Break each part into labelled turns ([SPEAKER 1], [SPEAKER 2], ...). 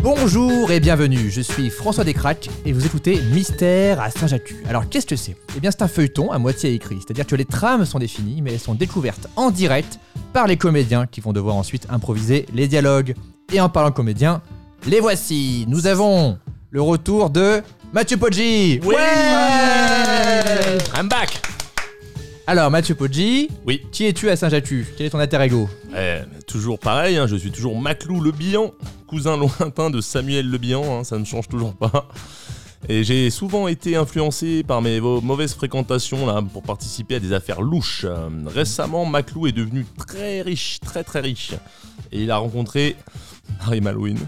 [SPEAKER 1] Bonjour et bienvenue, je suis François Descraques et vous écoutez Mystère à Saint-Jatu. Alors qu'est-ce que c'est Eh bien c'est un feuilleton à moitié écrit, c'est-à-dire que les trames sont définies mais elles sont découvertes en direct par les comédiens qui vont devoir ensuite improviser les dialogues. Et en parlant comédiens, les voici, nous avons le retour de Mathieu Poggi
[SPEAKER 2] Oui.
[SPEAKER 1] Ouais
[SPEAKER 2] I'm back
[SPEAKER 1] Alors Mathieu Poggi,
[SPEAKER 2] Oui.
[SPEAKER 1] qui es-tu à Saint-Jatu Quel est ton alter ego
[SPEAKER 2] Eh, toujours pareil, hein, je suis toujours Maclou Le Bihan, cousin lointain de Samuel Le Bihan, hein, ça ne change toujours pas. Et j'ai souvent été influencé par mes vo- mauvaises fréquentations là, pour participer à des affaires louches. Euh, Récemment, Maclou est devenu très riche, très très riche. Et il a rencontré Harry Malouine,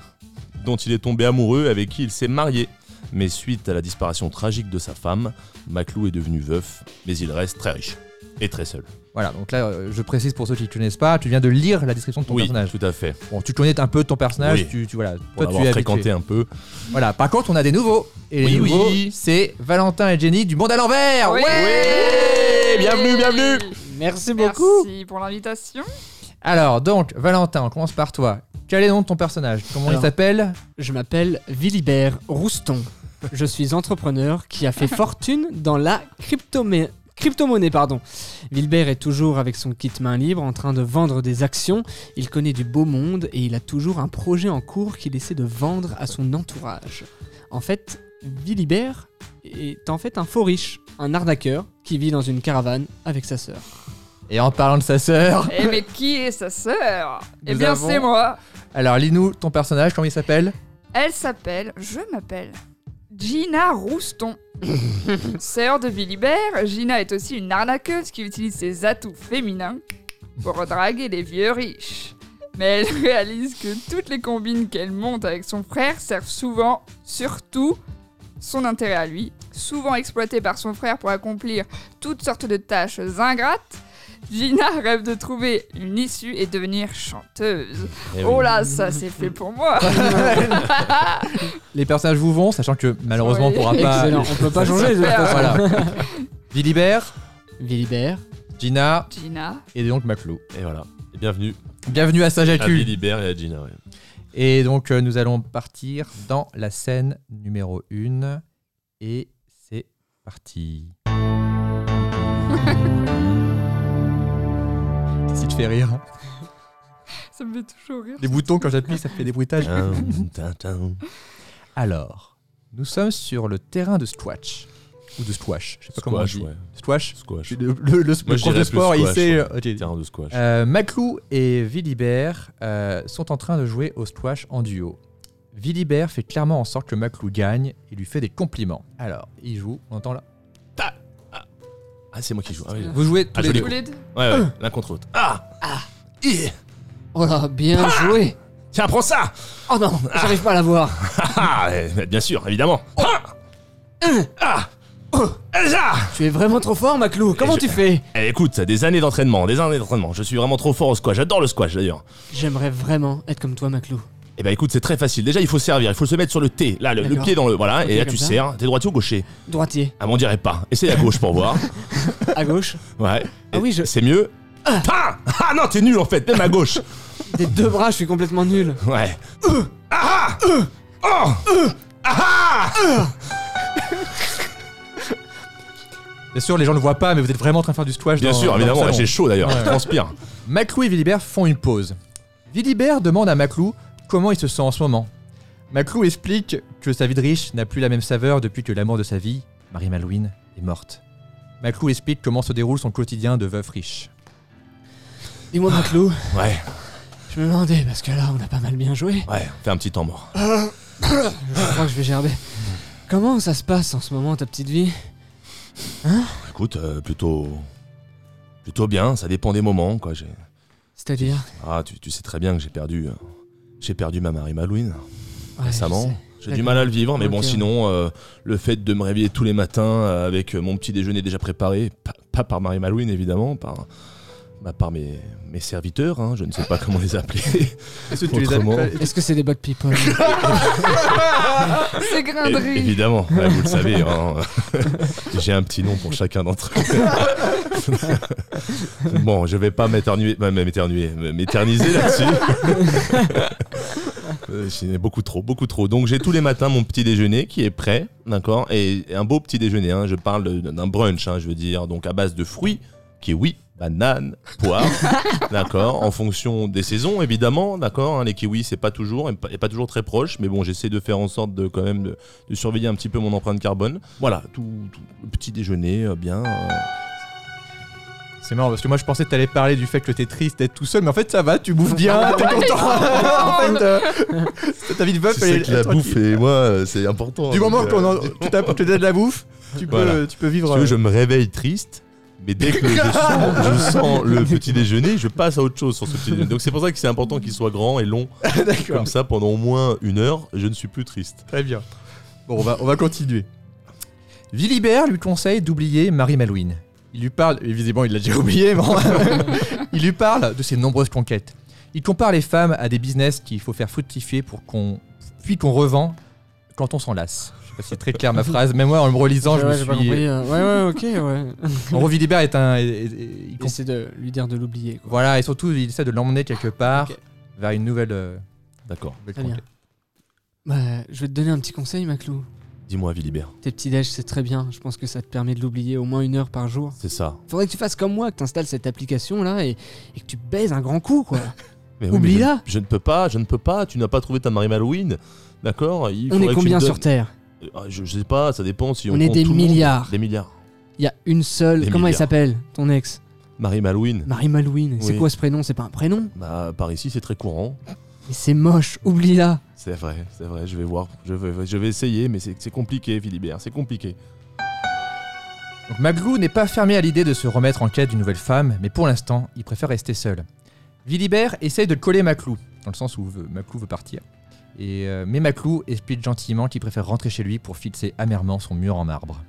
[SPEAKER 2] dont il est tombé amoureux, avec qui il s'est marié. Mais suite à la disparition tragique de sa femme, Maclou est devenu veuf, mais il reste très riche. Et très seul.
[SPEAKER 1] Voilà, donc là euh, je précise pour ceux qui ne connaissent pas, tu viens de lire la description de ton
[SPEAKER 2] oui,
[SPEAKER 1] personnage.
[SPEAKER 2] tout à fait.
[SPEAKER 1] Bon, tu connais un peu ton personnage,
[SPEAKER 2] Oui.
[SPEAKER 1] tu, tu- voilà,
[SPEAKER 2] pour
[SPEAKER 1] toi tu
[SPEAKER 2] l'avoir
[SPEAKER 1] es habitué.
[SPEAKER 2] fréquenté un peu.
[SPEAKER 1] Voilà, par contre, on a des nouveaux. Et les
[SPEAKER 2] Oui, oui.
[SPEAKER 1] nouveaux, c'est Valentin et Jenny du Monde à l'envers.
[SPEAKER 3] Oui.
[SPEAKER 1] Ouais
[SPEAKER 2] Eh, Ah bienvenue, bienvenue
[SPEAKER 4] Merci beaucoup.
[SPEAKER 3] Merci pour l'invitation.
[SPEAKER 1] Alors, donc, Valentin, on commence par toi. Quel est le nom de ton personnage Comment il
[SPEAKER 4] Alors.
[SPEAKER 1] s'appelle
[SPEAKER 4] Je m'appelle Vilibert Rouston. Je suis entrepreneur qui a fait fortune dans la crypto-monnaie. Crypto-monnaie, pardon. Vilbert est toujours avec son kit main libre en train de vendre des actions. Il connaît du beau monde et il a toujours un projet en cours qu'il essaie de vendre à son entourage. En fait, Vilibert est en fait un faux riche, un arnaqueur qui vit dans une caravane avec sa sœur.
[SPEAKER 1] Et en parlant de sa sœur,
[SPEAKER 3] Eh mais qui est sa sœur Eh
[SPEAKER 1] Nous
[SPEAKER 3] bien
[SPEAKER 1] avons-
[SPEAKER 3] c'est moi.
[SPEAKER 1] alors lis-nous ton personnage, comment il s'appelle
[SPEAKER 3] Elle s'appelle, je m'appelle Gina Rouston. sœur de Bilibert, Gina est aussi une arnaqueuse qui utilise ses atouts féminins pour draguer les vieux riches. Mais elle réalise que toutes les combines qu'elle monte avec son frère servent souvent, surtout, son intérêt à lui, souvent exploité par son frère pour accomplir toutes sortes de tâches ingrates. Gina rêve de trouver une issue et devenir chanteuse.
[SPEAKER 2] Eh oui.
[SPEAKER 3] Oh là, ça c'est fait pour moi.
[SPEAKER 1] Les personnages vous vont, sachant que malheureusement, on
[SPEAKER 3] Oui.
[SPEAKER 1] pourra pas.
[SPEAKER 4] Excellent, on peut pas changer. de toute façon.
[SPEAKER 1] Voilà. Vilibert,
[SPEAKER 4] Vilibert,
[SPEAKER 1] Gina
[SPEAKER 3] Gina,
[SPEAKER 1] et donc Maclou.
[SPEAKER 2] Et voilà. Et bienvenue
[SPEAKER 1] Bienvenue à
[SPEAKER 2] à
[SPEAKER 1] Saint-Jacques.
[SPEAKER 2] Philibert et à Gina. ouais.
[SPEAKER 1] Et donc, euh, nous allons partir dans la scène numéro 1. Et c'est parti. Qu'est-ce qui te fait rire hein.
[SPEAKER 3] ça me fait toujours rire.
[SPEAKER 1] Les boutons, quand j'appuie, ça fait des bruitages.
[SPEAKER 2] Tum, tum, tum.
[SPEAKER 1] Alors, nous sommes sur le terrain de squash. Ou de squash, je sais pas comment on
[SPEAKER 2] Squash,
[SPEAKER 1] dit.
[SPEAKER 2] ouais.
[SPEAKER 1] Squash
[SPEAKER 2] Squash.
[SPEAKER 1] Le, le, le- le
[SPEAKER 2] Moi, je
[SPEAKER 1] prof
[SPEAKER 2] dirais
[SPEAKER 1] de
[SPEAKER 2] plus
[SPEAKER 1] sport, il
[SPEAKER 2] squash,
[SPEAKER 1] sait... euh,
[SPEAKER 2] ouais.
[SPEAKER 1] Ok.
[SPEAKER 2] Terrain de squash.
[SPEAKER 1] Euh, Maclou et Vilibert euh, sont en train de jouer au squash en duo. Vilibert fait clairement en sorte que Maclou gagne et lui fait des compliments. Alors, il joue, on entend là.
[SPEAKER 2] Ah, c'est moi qui joue. Ah, oui.
[SPEAKER 1] Vous jouez tous
[SPEAKER 2] Ah,
[SPEAKER 1] les
[SPEAKER 2] joli
[SPEAKER 1] deux.
[SPEAKER 3] Tous les deux.
[SPEAKER 2] Ouais, ouais, l'un contre l'autre. Ah Ih
[SPEAKER 4] oh là, bien joué.
[SPEAKER 2] Tiens, prends ça
[SPEAKER 4] Oh non, j'arrive pas à la voir.
[SPEAKER 2] Ah, eh, Bien sûr, évidemment. Ah Ah Ah, ça
[SPEAKER 4] Tu es vraiment trop fort, Maclou. Comment
[SPEAKER 2] je-
[SPEAKER 4] tu fais
[SPEAKER 2] Eh, Écoute, des années d'entraînement, des années d'entraînement. Je suis vraiment trop fort au squash. J'adore le squash d'ailleurs.
[SPEAKER 4] J'aimerais vraiment être comme toi, Maclou.
[SPEAKER 2] Eh ben écoute, c'est très facile. Déjà, il faut servir. Il faut se mettre sur le T. Là, le, le
[SPEAKER 4] D'accord.
[SPEAKER 2] pied dans le. Voilà.
[SPEAKER 4] Ok,
[SPEAKER 2] et là,
[SPEAKER 4] comme
[SPEAKER 2] tu
[SPEAKER 4] ça.
[SPEAKER 2] serres. T'es droitier ou gaucher
[SPEAKER 4] Droitier,
[SPEAKER 2] Ah, m'en dirait pas. Essaye à gauche pour voir.
[SPEAKER 4] à gauche,
[SPEAKER 2] Ouais.
[SPEAKER 4] Ah oui, je-
[SPEAKER 2] C'est mieux. Ah Ah non, t'es nul en fait, même à gauche.
[SPEAKER 4] des deux bras, je suis complètement nul.
[SPEAKER 2] Ouais. Ah ah Oh Ah ah
[SPEAKER 1] Bien sûr, les gens ne le voient pas, mais vous êtes vraiment en train de faire du squash.
[SPEAKER 2] Bien
[SPEAKER 1] dans-
[SPEAKER 2] sûr,
[SPEAKER 1] dans
[SPEAKER 2] évidemment,
[SPEAKER 1] le
[SPEAKER 2] ouais,
[SPEAKER 1] salon.
[SPEAKER 2] j'ai chaud d'ailleurs,
[SPEAKER 1] Ouais.
[SPEAKER 2] je transpire.
[SPEAKER 1] Maclou et Vilibert font une pause. Vilibert demande à Maclou comment il se sent en ce moment. Maclou explique que sa vie de riche n'a plus la même saveur depuis que l'amour de sa vie, Marie Malouine, est morte. Maclou explique comment se déroule son quotidien de veuf riche.
[SPEAKER 4] Dis-moi, Maclou,
[SPEAKER 2] Ouais,
[SPEAKER 4] je me demandais, parce que là, on a pas mal bien joué.
[SPEAKER 2] ouais, fais un petit temps mort.
[SPEAKER 4] Je crois que je vais gerber. Comment ça se passe en ce moment, ta petite vie
[SPEAKER 2] Écoute, euh, plutôt. Plutôt bien, ça dépend des moments, quoi. j'ai-
[SPEAKER 4] C'est-à-dire
[SPEAKER 2] Ah, tu, tu sais très bien que j'ai perdu. euh, J'ai perdu ma Marie Malouine
[SPEAKER 4] Ouais,
[SPEAKER 2] récemment.
[SPEAKER 4] je sais.
[SPEAKER 2] J'ai
[SPEAKER 4] D'accord.
[SPEAKER 2] du mal à le vivre, mais bon,
[SPEAKER 4] Ok.
[SPEAKER 2] sinon, euh, le fait de me réveiller tous les matins euh, avec euh, mon petit déjeuner déjà préparé, pa- pas par Marie Malouine évidemment, par, bah, par mes, mes serviteurs, hein, je ne sais pas comment les appeler.
[SPEAKER 1] Est-ce
[SPEAKER 2] tu les as- Autrement.
[SPEAKER 4] Est-ce que c'est des bug people
[SPEAKER 3] Ce grain
[SPEAKER 2] É-
[SPEAKER 3] de riz.
[SPEAKER 2] évidemment, ouais, vous le savez, hein, j'ai un petit nom pour chacun d'entre eux. bon, je vais pas m'éternuer, bah, m'éternuer, m'éterniser là-dessus. Euh, c'est beaucoup trop, beaucoup trop. Donc j'ai tous les matins mon petit déjeuner qui est prêt, d'accord et, et un beau petit déjeuner, hein. je parle de- d'un brunch, hein, je veux dire, donc à base de fruits, kiwi, bananes, poires, d'accord En fonction des saisons, évidemment, d'accord hein. Les kiwis, c'est pas toujours, et pas, et pas toujours très proche, mais bon, j'essaie de faire en sorte de quand même de, de surveiller un petit peu mon empreinte carbone. Voilà, tout, tout- le petit déjeuner, euh, bien... euh,
[SPEAKER 1] C'est marrant parce que moi je pensais que t'allais parler du fait que t'es triste d'être tout seul, mais en fait ça va, tu bouffes bien, t'es content. en fait, euh, ta vie de veuf,
[SPEAKER 2] Tu
[SPEAKER 1] elle
[SPEAKER 2] sais
[SPEAKER 1] est-
[SPEAKER 2] que
[SPEAKER 1] elle est
[SPEAKER 2] la
[SPEAKER 1] tranquille.
[SPEAKER 2] bouffe et moi, euh, c'est important.
[SPEAKER 1] Du
[SPEAKER 2] Donc,
[SPEAKER 1] moment que
[SPEAKER 2] euh,
[SPEAKER 1] qu'on en- tu t'as- tu donnes de la bouffe, tu peux,
[SPEAKER 2] Voilà.
[SPEAKER 1] tu peux vivre.
[SPEAKER 2] Si tu veux,
[SPEAKER 1] euh,
[SPEAKER 2] je me réveille triste, mais dès que je sens, je sens le petit déjeuner, je passe à autre chose sur ce petit déjeuner. Donc c'est pour ça que c'est important qu'il soit grand et long.
[SPEAKER 1] euh, D'accord,
[SPEAKER 2] Comme ça, pendant au moins une heure, je ne suis plus triste.
[SPEAKER 1] très bien. Bon, on va, on va continuer. Vilibert lui conseille d'oublier Marie Malouine. Il lui parle, évidemment il l'a déjà oublié, mais il lui parle de ses nombreuses conquêtes. Il compare les femmes à des business qu'il faut faire fructifier pour qu'on, puis qu'on revend quand on s'en lasse. Je sais pas si c'est très clair ma phrase, même moi en me relisant, je
[SPEAKER 4] ouais,
[SPEAKER 1] me
[SPEAKER 4] j'ai pas
[SPEAKER 1] suis.
[SPEAKER 4] compris. euh, Ouais, ouais, ok, ouais.
[SPEAKER 1] En gros, Vilibert est un. est- est- il
[SPEAKER 4] Il
[SPEAKER 1] comp-
[SPEAKER 4] essaie de lui dire de l'oublier. quoi.
[SPEAKER 1] Voilà, et surtout, il essaie de l'emmener quelque part
[SPEAKER 4] Ok.
[SPEAKER 1] vers une nouvelle. euh,
[SPEAKER 2] D'accord.
[SPEAKER 1] nouvelle
[SPEAKER 4] Très bien.
[SPEAKER 1] conquête.
[SPEAKER 4] Bah, je vais te donner un petit conseil, Maclou.
[SPEAKER 2] Dis-moi, Vilibert,
[SPEAKER 4] Tes petits déj, c'est très bien. Je pense que ça te permet de l'oublier au moins une heure par jour.
[SPEAKER 2] c'est ça.
[SPEAKER 4] Faudrait que tu fasses comme moi, que t'installes cette application là et, et que tu baises un grand coup, quoi.
[SPEAKER 2] Mais oui,
[SPEAKER 4] Oublie-la.
[SPEAKER 2] mais Je, je ne peux pas, je ne peux pas. Tu n'as pas trouvé ta Marie Malouine. D'accord Il
[SPEAKER 4] On
[SPEAKER 2] faudrait
[SPEAKER 4] est
[SPEAKER 2] que tu
[SPEAKER 4] combien
[SPEAKER 2] me
[SPEAKER 4] sur
[SPEAKER 2] donnes-
[SPEAKER 4] Terre
[SPEAKER 2] Ah, je, je sais pas, ça dépend si on.
[SPEAKER 4] On est
[SPEAKER 2] compte
[SPEAKER 4] des
[SPEAKER 2] tout le monde.
[SPEAKER 4] milliards.
[SPEAKER 2] Des milliards.
[SPEAKER 4] Il y a une seule.
[SPEAKER 2] Des
[SPEAKER 4] Comment il
[SPEAKER 2] milliards.
[SPEAKER 4] s'appelle ton ex
[SPEAKER 2] Marie Malouine.
[SPEAKER 4] Marie Malouine. C'est
[SPEAKER 2] Oui.
[SPEAKER 4] quoi ce prénom C'est pas un prénom
[SPEAKER 2] Bah, par ici, c'est très courant.
[SPEAKER 4] Mais c'est moche, oublie-la.
[SPEAKER 2] C'est vrai, c'est vrai. Je vais voir. Je vais, je vais essayer, mais c'est c'est compliqué, Vilibert. C'est compliqué.
[SPEAKER 1] Donc, Maglou n'est pas fermé à l'idée de se remettre en quête d'une nouvelle femme, mais pour l'instant, il préfère rester seul. Vilibert essaye de coller Maclou, dans le sens où veut- Maclou veut partir. Et, euh, mais Maclou explique gentiment qu'il préfère rentrer chez lui pour fixer amèrement son mur en marbre.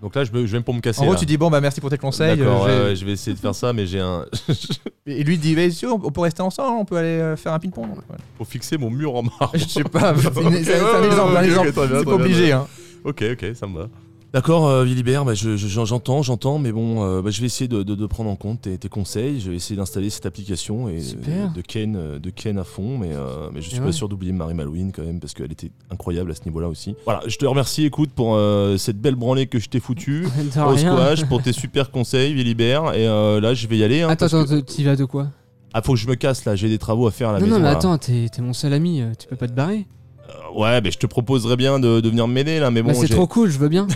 [SPEAKER 2] Donc là, je, me- je vais pour me casser.
[SPEAKER 1] En gros,
[SPEAKER 2] là.
[SPEAKER 1] tu dis Bon, bah merci pour tes conseils.
[SPEAKER 2] D'accord,
[SPEAKER 1] euh, j'ai-
[SPEAKER 2] ouais, ouais, je vais essayer de faire ça, mais j'ai un.
[SPEAKER 1] Et lui dit Bah, si, on on peut rester ensemble, on peut aller euh, faire un ping-pong. Voilà.
[SPEAKER 2] Pour fixer mon mur en marbre.
[SPEAKER 1] Je sais pas, c'est une- c'est
[SPEAKER 2] Ok,
[SPEAKER 1] un
[SPEAKER 2] ouais,
[SPEAKER 1] exemple.
[SPEAKER 2] ouais,
[SPEAKER 1] un
[SPEAKER 2] ok,
[SPEAKER 1] exemple.
[SPEAKER 2] très bien,
[SPEAKER 1] C'est
[SPEAKER 2] très
[SPEAKER 1] pas
[SPEAKER 2] bien,
[SPEAKER 1] obligé. Hein.
[SPEAKER 2] Ok, ok, ça me va. D'accord, euh, Vilibert, bah, je- je- j'en- j'entends, j'entends, mais bon, euh, bah, je vais essayer de, de- de prendre en compte tes, tes conseils. Je vais essayer d'installer cette application et
[SPEAKER 4] Super.
[SPEAKER 2] euh, de Ken, euh, de Ken à fond, mais, euh, mais je suis
[SPEAKER 4] Et
[SPEAKER 2] pas
[SPEAKER 4] ouais.
[SPEAKER 2] sûr d'oublier Marie Malouine quand même parce qu'elle était incroyable à ce niveau-là aussi. Voilà, je te remercie, écoute, pour euh, cette belle branlée que je t'ai foutue.
[SPEAKER 4] De
[SPEAKER 2] Au
[SPEAKER 4] rien.
[SPEAKER 2] squash, pour tes super conseils, Vilibert. Et euh, là, je vais y aller. hein,
[SPEAKER 4] Attends,
[SPEAKER 2] parce que-
[SPEAKER 4] attends, t'y vas de quoi
[SPEAKER 2] Ah, faut que je me casse là, j'ai des travaux à faire à la
[SPEAKER 4] Non,
[SPEAKER 2] maison.
[SPEAKER 4] non, mais
[SPEAKER 2] là.
[SPEAKER 4] attends, t'es t'es mon seul ami, euh, tu peux pas te barrer.
[SPEAKER 2] Euh, Ouais, mais je te proposerais bien de, de venir m'aider là, mais bon.
[SPEAKER 4] Bah, c'est
[SPEAKER 2] j'ai-
[SPEAKER 4] trop cool, je veux bien.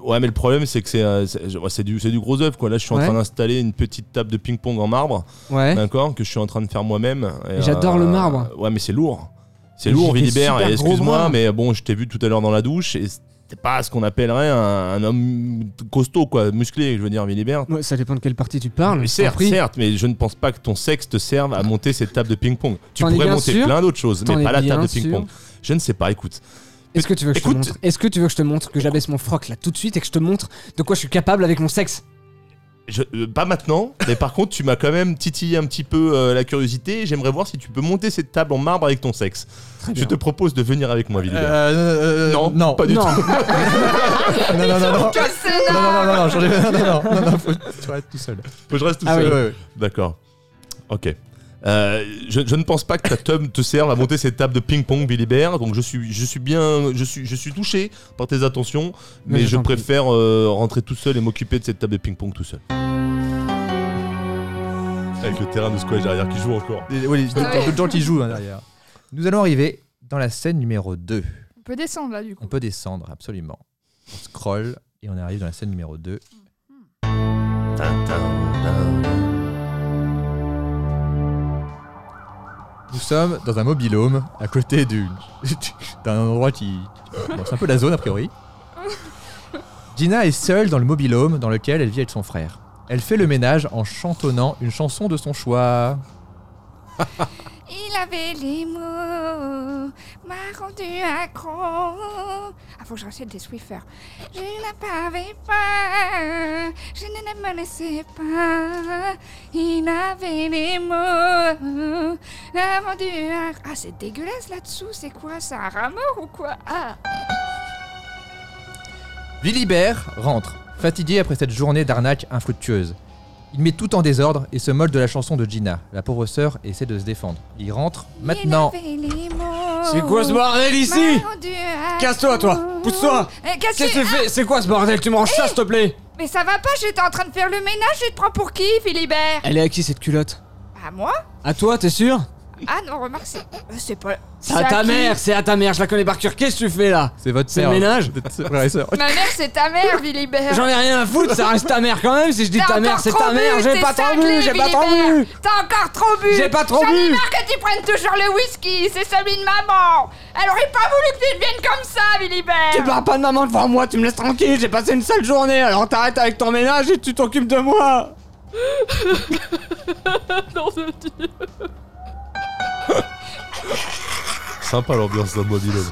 [SPEAKER 2] Ouais, mais le problème c'est que c'est, euh, c'est ouais, c'est du, c'est du gros œuf quoi. Là, je suis en
[SPEAKER 4] Ouais.
[SPEAKER 2] train d'installer une petite table de ping-pong en marbre,
[SPEAKER 4] Ouais.
[SPEAKER 2] d'accord, que je suis en train de faire moi-même. et, euh,
[SPEAKER 4] Et j'adore le marbre.
[SPEAKER 2] Ouais, mais c'est lourd. C'est
[SPEAKER 4] Mais
[SPEAKER 2] lourd,
[SPEAKER 4] j'ai des
[SPEAKER 2] Vilibert.
[SPEAKER 4] super
[SPEAKER 2] Et
[SPEAKER 4] gros
[SPEAKER 2] excuse-moi,
[SPEAKER 4] bras.
[SPEAKER 2] mais bon, je t'ai vu tout à l'heure dans la douche et c'est pas ce qu'on appellerait un, un homme costaud quoi, musclé, je veux dire, Vilibert.
[SPEAKER 4] Ouais, ça dépend de quelle partie tu parles.
[SPEAKER 2] Mais
[SPEAKER 4] je Ah, t'en
[SPEAKER 2] certes,
[SPEAKER 4] prie.
[SPEAKER 2] certes, mais je ne pense pas que ton sexe te serve à monter cette table de ping-pong. Tu
[SPEAKER 4] T'en es
[SPEAKER 2] pourrais
[SPEAKER 4] bien
[SPEAKER 2] monter
[SPEAKER 4] sûr
[SPEAKER 2] plein d'autres choses,
[SPEAKER 4] T'en
[SPEAKER 2] mais
[SPEAKER 4] es
[SPEAKER 2] pas la table de
[SPEAKER 4] bien
[SPEAKER 2] ping-pong. Je ne sais pas, écoute.
[SPEAKER 4] Est-ce que tu veux que
[SPEAKER 2] Écoute.
[SPEAKER 4] je te montre Est-ce que tu veux que je te montre que j'abaisse mon froc là tout de suite et que je te montre de quoi je suis capable avec mon sexe
[SPEAKER 2] Je- euh, pas maintenant, mais par contre, tu m'as quand même titillé un petit peu euh, la curiosité. J'aimerais voir si tu peux monter cette table en marbre avec ton sexe.
[SPEAKER 4] Très
[SPEAKER 2] Je te propose de venir avec moi, Vilibert.
[SPEAKER 1] Euh, euh,
[SPEAKER 2] Non,
[SPEAKER 1] non,
[SPEAKER 2] pas du
[SPEAKER 4] non,
[SPEAKER 1] non, non, non,
[SPEAKER 3] Oh,
[SPEAKER 1] non.
[SPEAKER 3] Cassez-la
[SPEAKER 1] Non, non, non, non, j'en ai- non, non, non, non, non, faut tu vas être tout seul.
[SPEAKER 2] Faut que je reste tout
[SPEAKER 4] Ah
[SPEAKER 2] seul.
[SPEAKER 4] oui.
[SPEAKER 1] Ouais, ouais.
[SPEAKER 2] D'accord. Ok. Euh, je, je ne pense pas que ta tome te serve à monter cette table de ping-pong, Vilibert. Donc je suis, je suis bien, je suis, je suis touché par tes attentions, mais
[SPEAKER 4] Mais
[SPEAKER 2] je
[SPEAKER 4] j'en prie.
[SPEAKER 2] préfère euh, rentrer tout seul et m'occuper de cette table de ping-pong tout seul. Avec le terrain de squash derrière qui joue encore.
[SPEAKER 1] Des- ouais, des-
[SPEAKER 3] Ouais.
[SPEAKER 1] D'autres gens qui jouent hein, derrière. Nous allons arriver dans la scène numéro 2.
[SPEAKER 3] On peut descendre là du
[SPEAKER 1] On
[SPEAKER 3] coup.
[SPEAKER 1] peut descendre, absolument. On scroll et on arrive dans la scène numéro 2. Nous sommes dans un mobilhome à côté du- d'un endroit qui. bon, c'est un peu la zone a priori. Gina est seule dans le mobilhome dans lequel elle vit avec son frère. Elle fait le ménage en chantonnant une chanson de son choix.
[SPEAKER 3] Il avait les mots, m'a rendu accro. Ah, faut que je rachète des Swiffer. Je n'appavais pas, je ne me laissais pas. Il avait les mots, m'a rendu accro. Ah, c'est dégueulasse là-dessous, c'est quoi C'est un rameur ou quoi Ah
[SPEAKER 1] Vilibert rentre, fatigué après cette journée d'arnaque infructueuse. Il met tout en désordre et se moque de la chanson de Gina. La pauvre sœur essaie de se défendre. Il rentre maintenant.
[SPEAKER 3] Il avait les mots,
[SPEAKER 4] C'est quoi ce bordel ici
[SPEAKER 3] Maman du- ah,
[SPEAKER 4] Casse-toi, toi Pousse-toi
[SPEAKER 3] Eh, Qu'est-ce
[SPEAKER 4] Qu'est-ce
[SPEAKER 3] que
[SPEAKER 4] que tu fais C'est quoi ce bordel Tu me ranges ça, s'il te plaît
[SPEAKER 3] Mais ça va pas, j'étais en train de faire le ménage, je te prends pour qui, Philibert
[SPEAKER 4] Elle est à qui cette culotte
[SPEAKER 3] À moi
[SPEAKER 4] À toi, t'es sûr
[SPEAKER 3] Ah non, remarque, c'est euh, c'est pas...
[SPEAKER 4] C'est à
[SPEAKER 3] c'est
[SPEAKER 4] ta
[SPEAKER 3] qui
[SPEAKER 4] mère, c'est à ta mère, je la connais par cœur. Qu'est-ce que tu fais là
[SPEAKER 1] C'est votre
[SPEAKER 4] C'est
[SPEAKER 1] père.
[SPEAKER 4] le ménage
[SPEAKER 1] Vous êtes frères et sœurs.
[SPEAKER 3] Ma mère, c'est ta mère, Philibert
[SPEAKER 4] J'en ai rien à foutre, ça reste ta mère quand même. Si je dis
[SPEAKER 3] T'as
[SPEAKER 4] ta
[SPEAKER 3] encore
[SPEAKER 4] mère, c'est
[SPEAKER 3] trop
[SPEAKER 4] ta mère,
[SPEAKER 3] bu,
[SPEAKER 4] j'ai
[SPEAKER 3] t'es
[SPEAKER 4] pas trop
[SPEAKER 3] cinglé,
[SPEAKER 4] bu, j'ai pas trop
[SPEAKER 3] Philibert.
[SPEAKER 4] bu.
[SPEAKER 3] T'as encore trop bu
[SPEAKER 4] J'ai pas trop
[SPEAKER 3] J'en ai
[SPEAKER 4] bu.
[SPEAKER 3] marre que tu prennes toujours le whisky, c'est celui de maman Elle aurait pas voulu que tu deviennes comme ça,
[SPEAKER 4] Tu
[SPEAKER 3] Philibert
[SPEAKER 4] parles pas de maman devant moi, tu me laisses tranquille, j'ai passé une sale journée, alors t'arrêtes avec ton ménage et tu t'occupes de moi
[SPEAKER 2] Sympa l'ambiance d'un mois Dylan.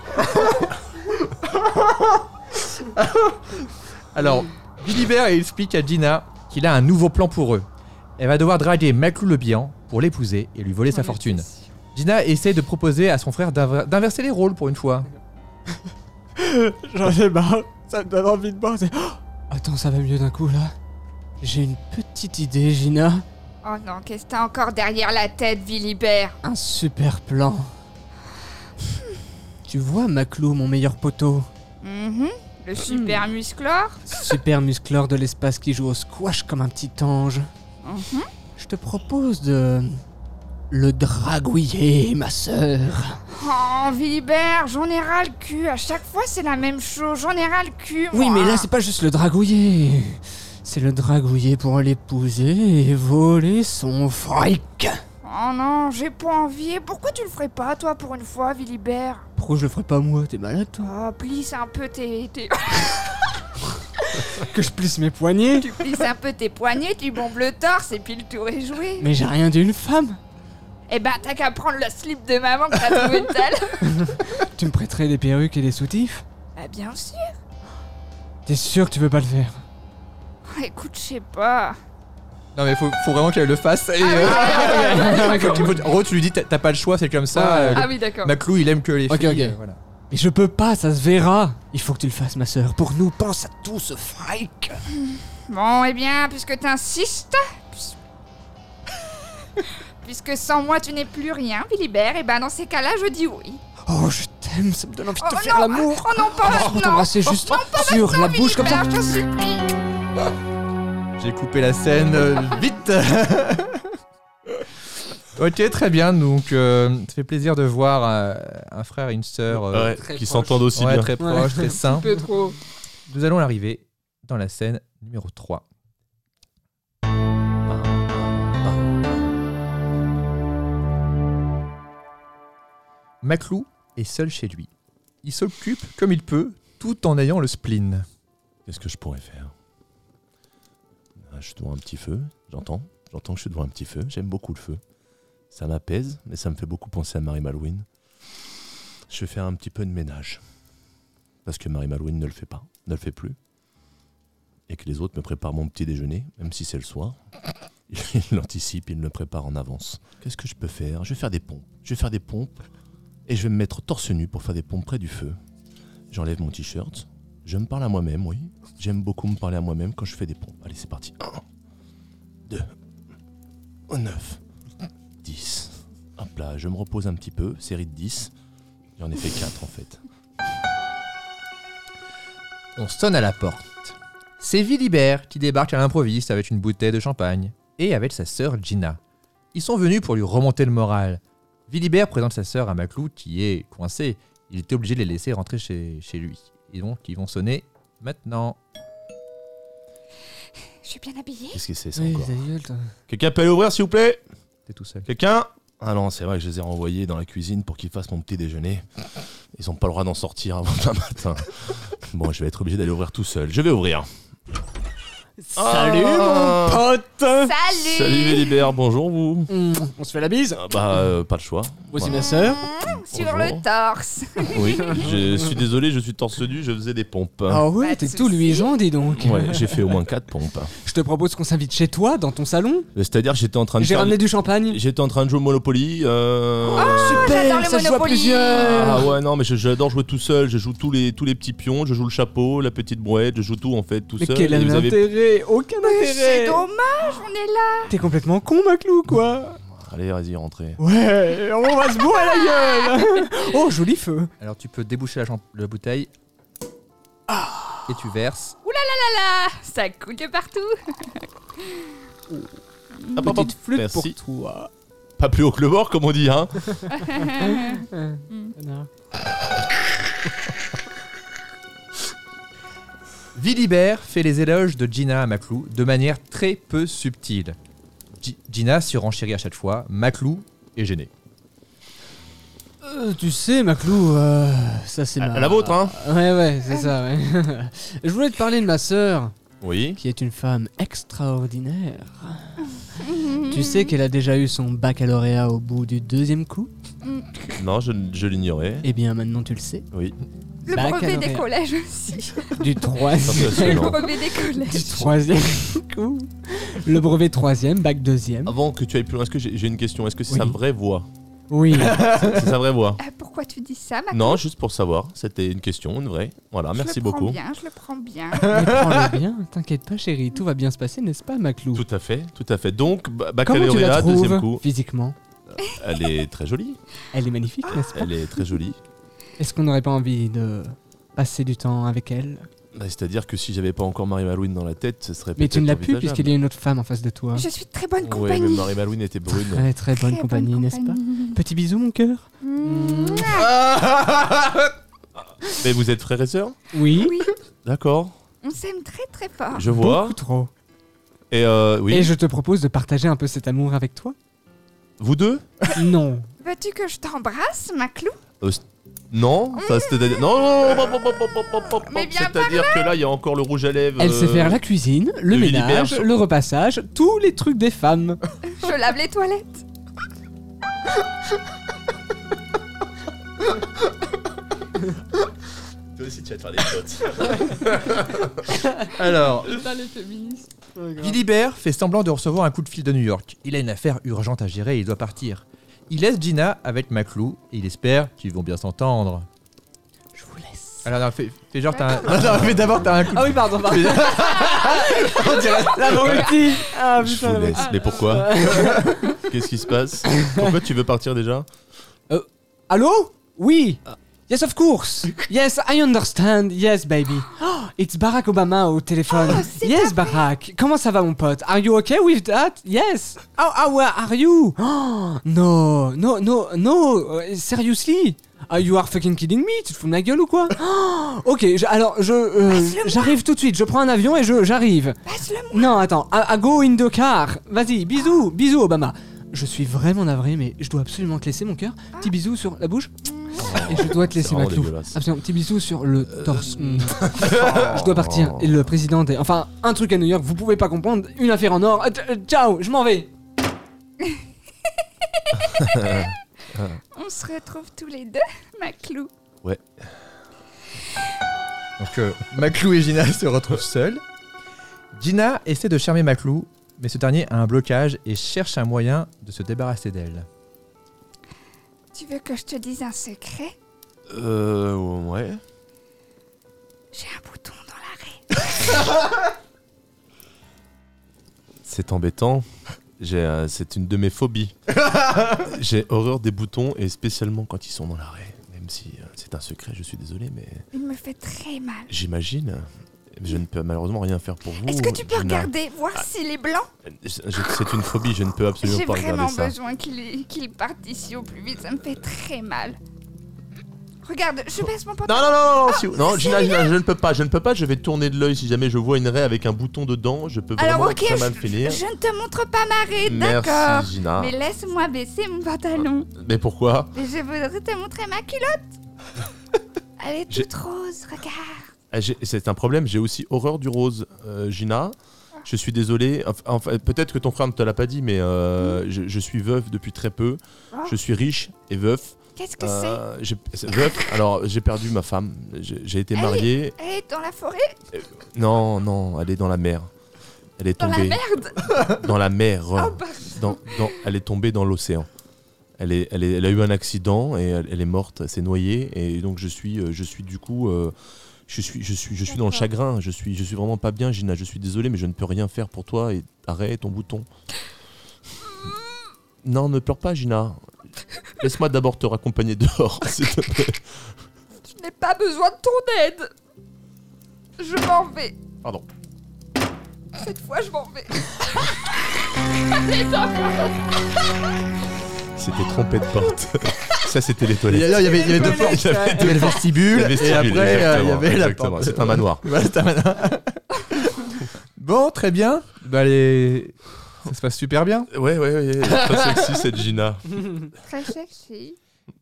[SPEAKER 1] Alors, Gilibert explique à Gina qu'il a un nouveau plan pour eux. Elle va devoir draguer Maclou le Bihan pour l'épouser et lui voler sa fortune. Gina essaie de proposer à son frère d'inver- d'inverser les rôles pour une fois.
[SPEAKER 4] J'en ai marre, ça me donne envie de boire. c'est- Oh, Attends, ça va mieux d'un coup là J'ai une petite idée, Gina.
[SPEAKER 3] Oh non, qu'est-ce que t'as encore derrière la tête, Philibert
[SPEAKER 4] Un super plan. Tu vois, Maclou, mon meilleur poteau,
[SPEAKER 3] Mhm, Le super musclor
[SPEAKER 4] super muscleur de l'espace qui joue au squash comme un petit ange.
[SPEAKER 3] Mhm.
[SPEAKER 4] Je te propose de. le dragouiller, ma sœur.
[SPEAKER 3] Oh, Philibert, j'en ai ras le cul. À chaque fois, c'est la même chose. J'en ai ras le cul.
[SPEAKER 4] Oui,
[SPEAKER 3] moi.
[SPEAKER 4] mais là, c'est pas juste le dragouiller. C'est le dragouiller pour l'épouser et voler son fric.
[SPEAKER 3] Oh non, j'ai pas envie. Pourquoi tu le ferais pas, toi, pour une fois, Philibert
[SPEAKER 4] Pourquoi je le ferais pas moi T'es malade, toi
[SPEAKER 3] Oh, plisse un peu tes... tes-
[SPEAKER 4] Que je plisse mes poignets
[SPEAKER 3] tu plisses un peu tes poignets, tu bombes le torse, et puis le tour est joué.
[SPEAKER 4] Mais j'ai rien d'une femme.
[SPEAKER 3] Eh ben, t'as qu'à prendre le slip de maman que t'as trouvé tout à l'heure.
[SPEAKER 4] Tu me prêterais des perruques et des soutifs
[SPEAKER 3] Bah, bien sûr.
[SPEAKER 4] T'es sûr que tu veux pas le faire
[SPEAKER 3] Oh, écoute, je sais pas.
[SPEAKER 1] Non mais faut, faut vraiment qu'elle le fasse. Et, euh, faut- faut- en gros, tu lui dis t'as- t'as pas le choix, c'est comme ça.
[SPEAKER 4] Ouais.
[SPEAKER 1] euh, le-
[SPEAKER 3] Ah oui, d'accord.
[SPEAKER 1] Maclou, il aime que les
[SPEAKER 4] Ok,
[SPEAKER 1] filles.
[SPEAKER 4] ok.
[SPEAKER 1] euh, voilà.
[SPEAKER 4] Mais je peux pas, ça se verra. Il faut que tu le fasses, ma sœur. Pour nous, pense à tout ce fric.
[SPEAKER 3] Bon, eh bien, puisque t'insistes... puis- Puisque sans moi tu n'es plus rien, Philibert, eh ben dans ces cas-là je dis oui.
[SPEAKER 4] Oh, je t'aime, ça me donne envie de te
[SPEAKER 3] Oh
[SPEAKER 4] faire
[SPEAKER 3] non,
[SPEAKER 4] l'amour.
[SPEAKER 3] Oh non, Oh, pas
[SPEAKER 4] Ah, je peux
[SPEAKER 3] maintenant
[SPEAKER 4] t'embrasser juste sur la bouche comme ça.
[SPEAKER 3] Philibert, je te supplie.
[SPEAKER 1] J'ai coupé la scène euh, vite. ok, très bien. Donc, euh, ça fait plaisir de voir euh, un frère et une sœur euh,
[SPEAKER 2] Ouais,
[SPEAKER 4] très
[SPEAKER 2] qui
[SPEAKER 4] proche.
[SPEAKER 2] s'entendent aussi
[SPEAKER 1] ouais,
[SPEAKER 2] bien.
[SPEAKER 1] très proches, très sains.
[SPEAKER 3] peu trop.
[SPEAKER 1] Nous allons arriver dans la scène numéro 3. Maclou est seul chez lui. Il s'occupe comme il peut, tout en ayant le spleen.
[SPEAKER 2] Qu'est-ce que je pourrais faire Ah, Je suis devant un petit feu, j'entends. J'entends que je suis devant un petit feu. J'aime beaucoup le feu. Ça m'apaise, mais ça me fait beaucoup penser à Marie Malouine. Je vais faire un petit peu de ménage. Parce que Marie Malouine ne le fait pas, ne le fait plus. Et que les autres me préparent mon petit déjeuner, même si c'est le soir. Ils l'anticipent, ils me le préparent en avance. Qu'est-ce que je peux faire Je vais faire des pompes. Je vais faire des pompes. Et je vais me mettre torse nu pour faire des pompes près du feu. J'enlève mon t-shirt. Je me parle à moi-même, oui. J'aime beaucoup me parler à moi-même quand je fais des pompes. Allez, c'est parti. 1, 2, 9, 10. Hop là, je me repose un petit peu. Série de 10. J'en ai fait 4 en fait.
[SPEAKER 1] On sonne à la porte. C'est Vilibert qui débarque à l'improviste avec une bouteille de champagne et avec sa sœur Gina. Ils sont venus pour lui remonter le moral. Vilibert présente sa sœur à Maclou qui est coincé. Il était obligé de les laisser rentrer chez, chez lui. Et donc ils vont sonner maintenant.
[SPEAKER 3] Je suis bien habillée.
[SPEAKER 2] Qu'est-ce que c'est ça encore
[SPEAKER 4] gueule, toi.
[SPEAKER 2] Quelqu'un peut aller ouvrir s'il vous plaît
[SPEAKER 1] T'es tout seul.
[SPEAKER 2] Quelqu'un Ah non, c'est vrai que je les ai renvoyés dans la cuisine pour qu'ils fassent mon petit déjeuner. Ils ont pas le droit d'en sortir avant demain matin. Bon, je vais être obligé d'aller ouvrir tout seul. Je vais ouvrir.
[SPEAKER 4] Salut,
[SPEAKER 2] Ah.
[SPEAKER 4] mon pote
[SPEAKER 3] Salut.
[SPEAKER 2] Salut Vélibert, bonjour vous.
[SPEAKER 4] Mouah, On se fait la bise
[SPEAKER 2] Ah bah, euh, pas le choix.
[SPEAKER 4] Voici
[SPEAKER 2] Voilà.
[SPEAKER 4] Mm. ma sœur.
[SPEAKER 3] Sur
[SPEAKER 2] Bonjour.
[SPEAKER 3] le torse.
[SPEAKER 2] Oui, je suis désolé, je suis torse nu, je faisais des pompes.
[SPEAKER 4] Ah
[SPEAKER 3] Pas
[SPEAKER 4] ouais,
[SPEAKER 3] de
[SPEAKER 4] t'es
[SPEAKER 3] soucis.
[SPEAKER 4] tout luisant, dis donc.
[SPEAKER 2] Ouais, j'ai fait au moins 4 pompes. Euh,
[SPEAKER 4] Je te propose qu'on s'invite chez toi, dans ton salon.
[SPEAKER 2] C'est-à-dire, j'étais en train de
[SPEAKER 4] J'ai
[SPEAKER 2] faire-
[SPEAKER 4] ramené Ah du champagne.
[SPEAKER 2] J'étais en train de jouer au Monopoly. euh,
[SPEAKER 3] Oh, j'adore
[SPEAKER 4] Super,
[SPEAKER 3] le
[SPEAKER 4] ça se joue à
[SPEAKER 3] Monopoly.
[SPEAKER 4] plusieurs.
[SPEAKER 2] Ah ouais, non, mais je- j'adore jouer tout seul. Je joue tous les, tous les petits pions, je joue le chapeau, la petite brouette, je joue tout en fait, tout
[SPEAKER 4] Mais
[SPEAKER 2] seul.
[SPEAKER 4] quel
[SPEAKER 2] et
[SPEAKER 4] est
[SPEAKER 2] vous avez-
[SPEAKER 4] l'intérêt Aucun
[SPEAKER 3] C'est
[SPEAKER 4] intérêt
[SPEAKER 3] dommage, on est là.
[SPEAKER 4] T'es complètement con, Maclou, quoi
[SPEAKER 2] Allez, vas-y, rentrez.
[SPEAKER 4] Ouais, on va se bourrer la gueule Oh, joli feu
[SPEAKER 1] Alors tu peux déboucher la, champ- la bouteille. Et tu verses.
[SPEAKER 3] Ah là, ça coule de partout.
[SPEAKER 2] Ah, pop, pop.
[SPEAKER 4] Petite flûte
[SPEAKER 2] Merci.
[SPEAKER 4] pour toi.
[SPEAKER 2] Pas plus haut que le bord, comme on dit, hein.
[SPEAKER 4] Euh,
[SPEAKER 3] Mm.
[SPEAKER 4] non.
[SPEAKER 1] Vilibert fait les éloges de Gina à Maclou de manière très peu subtile. Gi- Gina surenchérit à chaque fois. Maclou est gêné.
[SPEAKER 4] Euh, tu sais, Maclou, euh, ça c'est
[SPEAKER 2] À,
[SPEAKER 4] ma...
[SPEAKER 2] à la vôtre, hein.
[SPEAKER 4] Ouais, ouais, c'est ça, ouais. Je voulais te parler de ma sœur,
[SPEAKER 2] Oui.
[SPEAKER 4] qui est une femme extraordinaire. Tu sais qu'elle a déjà eu son baccalauréat au bout du deuxième coup
[SPEAKER 2] Non, je, je l'ignorais.
[SPEAKER 4] Eh bien, maintenant tu le sais.
[SPEAKER 2] Oui.
[SPEAKER 3] Le brevet
[SPEAKER 4] Baccalauréat.
[SPEAKER 3] des collèges aussi.
[SPEAKER 4] Du troisième...
[SPEAKER 3] Le
[SPEAKER 2] Impressionnant.
[SPEAKER 3] brevet des
[SPEAKER 4] du
[SPEAKER 3] collèges.
[SPEAKER 4] troisième coup. Le brevet troisième, bac deuxième.
[SPEAKER 2] Avant que tu ailles plus loin, est-ce que j'ai j'ai une question Est-ce que c'est
[SPEAKER 4] Oui.
[SPEAKER 2] sa vraie voix
[SPEAKER 4] Oui.
[SPEAKER 2] C'est sa vraie voix
[SPEAKER 3] Ah, pourquoi tu dis ça, ma
[SPEAKER 2] Non, juste pour savoir. C'était une question, une vraie. Voilà,
[SPEAKER 3] Je
[SPEAKER 2] merci
[SPEAKER 3] le prends
[SPEAKER 2] beaucoup. Hein?
[SPEAKER 3] Bien, je le prends bien.
[SPEAKER 4] Mais prends-le bien, t'inquiète pas chérie, tout va bien se passer, n'est-ce pas Maclou
[SPEAKER 2] Tout à fait, tout à fait. Donc, ba-
[SPEAKER 4] Comment tu la
[SPEAKER 2] baccalauréat, deuxième
[SPEAKER 4] trouves
[SPEAKER 2] coup.
[SPEAKER 4] physiquement
[SPEAKER 2] Elle est très jolie.
[SPEAKER 4] Elle est magnifique, n'est-ce pas
[SPEAKER 2] Elle est très jolie.
[SPEAKER 4] Est-ce qu'on n'aurait pas envie de passer du temps avec elle
[SPEAKER 2] Bah, C'est-à-dire que si j'avais pas encore Marie Malouine dans la tête, ce serait
[SPEAKER 4] Mais tu ne l'as
[SPEAKER 2] peut-être
[SPEAKER 4] plus
[SPEAKER 2] envisageable.
[SPEAKER 4] puisqu'il y a une autre femme en face de toi.
[SPEAKER 3] Je suis de très bonne
[SPEAKER 2] Ouais, mais
[SPEAKER 3] compagnie.
[SPEAKER 2] Marie Malouine était brune.
[SPEAKER 4] Très très bonne
[SPEAKER 3] Très
[SPEAKER 4] compagnie, Mmh. n'est-ce pas
[SPEAKER 3] compagnie.
[SPEAKER 4] Petit bisou mon cœur
[SPEAKER 3] Mouah.
[SPEAKER 2] mais vous êtes frères et sœurs
[SPEAKER 4] Oui,
[SPEAKER 3] Oui,
[SPEAKER 2] D'accord,
[SPEAKER 3] on s'aime très très fort.
[SPEAKER 2] je vois.
[SPEAKER 4] Ah, beaucoup trop.
[SPEAKER 2] Et euh, oui,
[SPEAKER 4] Et je te propose de partager un peu cet amour avec toi
[SPEAKER 2] vous deux
[SPEAKER 4] Non.
[SPEAKER 3] Veux-tu que je t'embrasse, Maclou
[SPEAKER 2] Non, ça c'est-à-dire. Non, non, non, pop, pop, pop, pop, pop, pop,
[SPEAKER 3] Mais viens
[SPEAKER 2] c'est-à-dire que là, il y a encore le rouge à lèvres.
[SPEAKER 4] Elle sait
[SPEAKER 2] euh,
[SPEAKER 4] faire la cuisine, le
[SPEAKER 2] de Willy Berge.
[SPEAKER 4] ménage, le repassage, tous les trucs des femmes.
[SPEAKER 3] Je lave les toilettes.
[SPEAKER 2] Toi aussi, tu vas te faire des potes.
[SPEAKER 1] Alors,
[SPEAKER 3] les féministes.
[SPEAKER 1] Gilibert fait semblant de recevoir un coup de fil de New York. Il a une affaire urgente à gérer et il doit partir. Il laisse Gina avec Maclou et il espère qu'ils vont bien s'entendre.
[SPEAKER 4] Je vous laisse.
[SPEAKER 1] Alors, non, fais, fais genre, t'as un... Non, non, mais d'abord, t'as un coup
[SPEAKER 4] Ah oui, pardon, pardon.
[SPEAKER 1] de... On dirait-
[SPEAKER 4] La volonté. Ah
[SPEAKER 2] Je
[SPEAKER 4] putain,
[SPEAKER 2] vous
[SPEAKER 4] la
[SPEAKER 2] laisse, mais pourquoi Qu'est-ce qui se passe Pourquoi tu veux partir déjà
[SPEAKER 4] Allô Oui. Yes, of course. Yes, I understand. Yes, baby. Oh, it's Barack Obama au téléphone.
[SPEAKER 3] c'est
[SPEAKER 4] yes, Barack. Comment ça va, mon pote Are you okay with that Yes. How, how where are you oh, No, no, no, no. Euh, Seriously Ah, You are fucking kidding me Tu te fous de ma gueule ou quoi Oh, Ok, je- alors, je... euh,
[SPEAKER 3] Passe-le-moi.
[SPEAKER 4] j'arrive tout de suite. Je prends un avion et je j'arrive.
[SPEAKER 3] Passe-le moi.
[SPEAKER 4] Non, attends, I, I go in the car. Vas-y, bisous, bisous Obama. Je suis vraiment navré, mais je dois absolument te laisser mon cœur. Petit bisou sur la bouche. Et je dois te laisser
[SPEAKER 2] C'est
[SPEAKER 4] ma
[SPEAKER 2] vraiment
[SPEAKER 4] clou.
[SPEAKER 2] dégueulasse.
[SPEAKER 4] Absolument, petit bisou sur le torse. Mm. je dois partir. Et le président est. Enfin, un truc à New York, vous pouvez pas comprendre. Une affaire en or. Euh, t- euh, Ciao, je m'en vais.
[SPEAKER 3] On se retrouve tous les deux, Maclou.
[SPEAKER 1] Donc euh, Maclou et Gina se retrouvent seuls. Gina essaie de charmer Maclou, mais ce dernier a un blocage et cherche un moyen de se débarrasser d'elle.
[SPEAKER 3] Tu veux que je te dise un secret
[SPEAKER 2] Euh, ouais.
[SPEAKER 3] J'ai un bouton dans l'arrêt.
[SPEAKER 2] C'est embêtant. J'ai, euh, c'est une de mes phobies. J'ai horreur des boutons et spécialement quand ils sont dans l'arrêt. Même si euh, c'est un secret, je suis désolé, mais
[SPEAKER 3] Il me fait très mal.
[SPEAKER 2] j'imagine. Je ne peux malheureusement rien faire pour vous.
[SPEAKER 3] Est-ce que tu peux
[SPEAKER 2] Gina.
[SPEAKER 3] regarder, voir s'il est blanc
[SPEAKER 2] Je- C'est une phobie, je ne peux absolument
[SPEAKER 3] J'ai
[SPEAKER 2] pas
[SPEAKER 3] vraiment
[SPEAKER 2] regarder ça.
[SPEAKER 3] besoin qu'il qu'il parte d'ici au plus vite. Ça me fait très mal. Regarde, je baisse mon pantalon.
[SPEAKER 2] Non, non, non, non, si-
[SPEAKER 3] Ah,
[SPEAKER 2] non, Gina, Gina, je ne peux pas, je ne peux pas, je vais tourner de l'œil si jamais je vois une raie avec un bouton dedans, je peux vraiment
[SPEAKER 3] Alors ok,
[SPEAKER 2] très
[SPEAKER 3] je,
[SPEAKER 2] mal finir.
[SPEAKER 3] je ne te montre pas ma raie, d'accord.
[SPEAKER 2] Merci Gina. Ah.
[SPEAKER 3] Mais laisse-moi baisser mon pantalon.
[SPEAKER 2] Mais pourquoi
[SPEAKER 3] Et je voudrais te montrer ma culotte. Elle est
[SPEAKER 2] J'ai-
[SPEAKER 3] toute rose, regarde.
[SPEAKER 2] Ah, j'ai- C'est un problème, j'ai aussi horreur du rose, euh, Gina. Je suis désolé, Enf- enfin, peut-être que ton frère ne te l'a pas dit, mais euh, je, je suis veuf depuis très peu.
[SPEAKER 3] Mm. Ah.
[SPEAKER 2] Je suis riche et veuf.
[SPEAKER 3] Qu'est-ce que
[SPEAKER 2] Euh, j'ai- c'est- veuf, alors j'ai perdu ma femme, j'ai j'ai été
[SPEAKER 3] Ah oui.
[SPEAKER 2] marié.
[SPEAKER 3] c'est Elle est dans la forêt,
[SPEAKER 2] Non, non, elle est dans la mer. Elle est
[SPEAKER 3] dans la
[SPEAKER 2] tombée
[SPEAKER 3] merde.
[SPEAKER 2] dans la mer.
[SPEAKER 3] Oh, pardon.
[SPEAKER 2] dans- dans- elle est tombée dans l'océan. Elle, est, elle, est- elle a eu un accident et elle, elle est morte, elle s'est noyée et donc je suis, euh, je suis du coup, euh, je suis, je suis, je suis dans le
[SPEAKER 3] D'accord.
[SPEAKER 2] chagrin. Je suis, je suis vraiment pas bien, Gina. Je suis désolé, mais je ne peux rien faire pour toi. Et arrête ton bouton. Non, ne pleure pas, Gina. Laisse-moi d'abord te raccompagner dehors, s'il te plaît.
[SPEAKER 3] Je n'ai pas besoin de ton aide. Je m'en vais.
[SPEAKER 2] Pardon.
[SPEAKER 3] Cette fois, je m'en vais.
[SPEAKER 2] C'était trompé de porte. Ça, c'était les
[SPEAKER 1] Et
[SPEAKER 2] toilettes.
[SPEAKER 1] là, il y avait, il y avait deux
[SPEAKER 3] Voilà,
[SPEAKER 1] portes.
[SPEAKER 3] ça.
[SPEAKER 1] Il y avait le vestibule,
[SPEAKER 2] Le vestibule,
[SPEAKER 1] et après, euh, il y
[SPEAKER 2] exactement,
[SPEAKER 1] avait la
[SPEAKER 2] exactement.
[SPEAKER 1] porte.
[SPEAKER 2] C'est un manoir.
[SPEAKER 1] Voilà, c'est un manoir. bon, très bien. Bah, les... Ça se passe super bien.
[SPEAKER 2] Ouais, ouais, ouais. Très sexy, cette Gina.
[SPEAKER 3] Très sexy.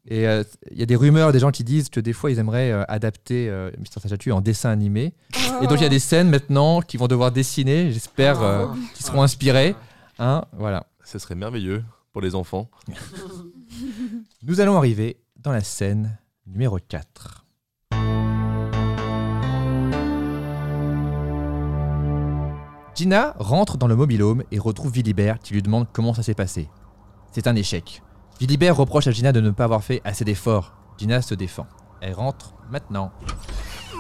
[SPEAKER 1] Et euh, il y a des rumeurs, des gens qui disent que des fois, ils aimeraient euh, adapter euh, Mister Sachatu en dessin animé. Et donc, il y a des scènes maintenant qu'ils vont devoir dessiner, j'espère, euh, qui seront inspirées. Hein, voilà.
[SPEAKER 2] Ce serait merveilleux pour les enfants.
[SPEAKER 1] Nous allons arriver dans la scène numéro 4. Gina rentre dans le mobilhome et retrouve Vilibert qui lui demande comment ça s'est passé. C'est un échec. Vilibert reproche à Gina de ne pas avoir fait assez d'efforts. Gina se défend. Elle rentre maintenant.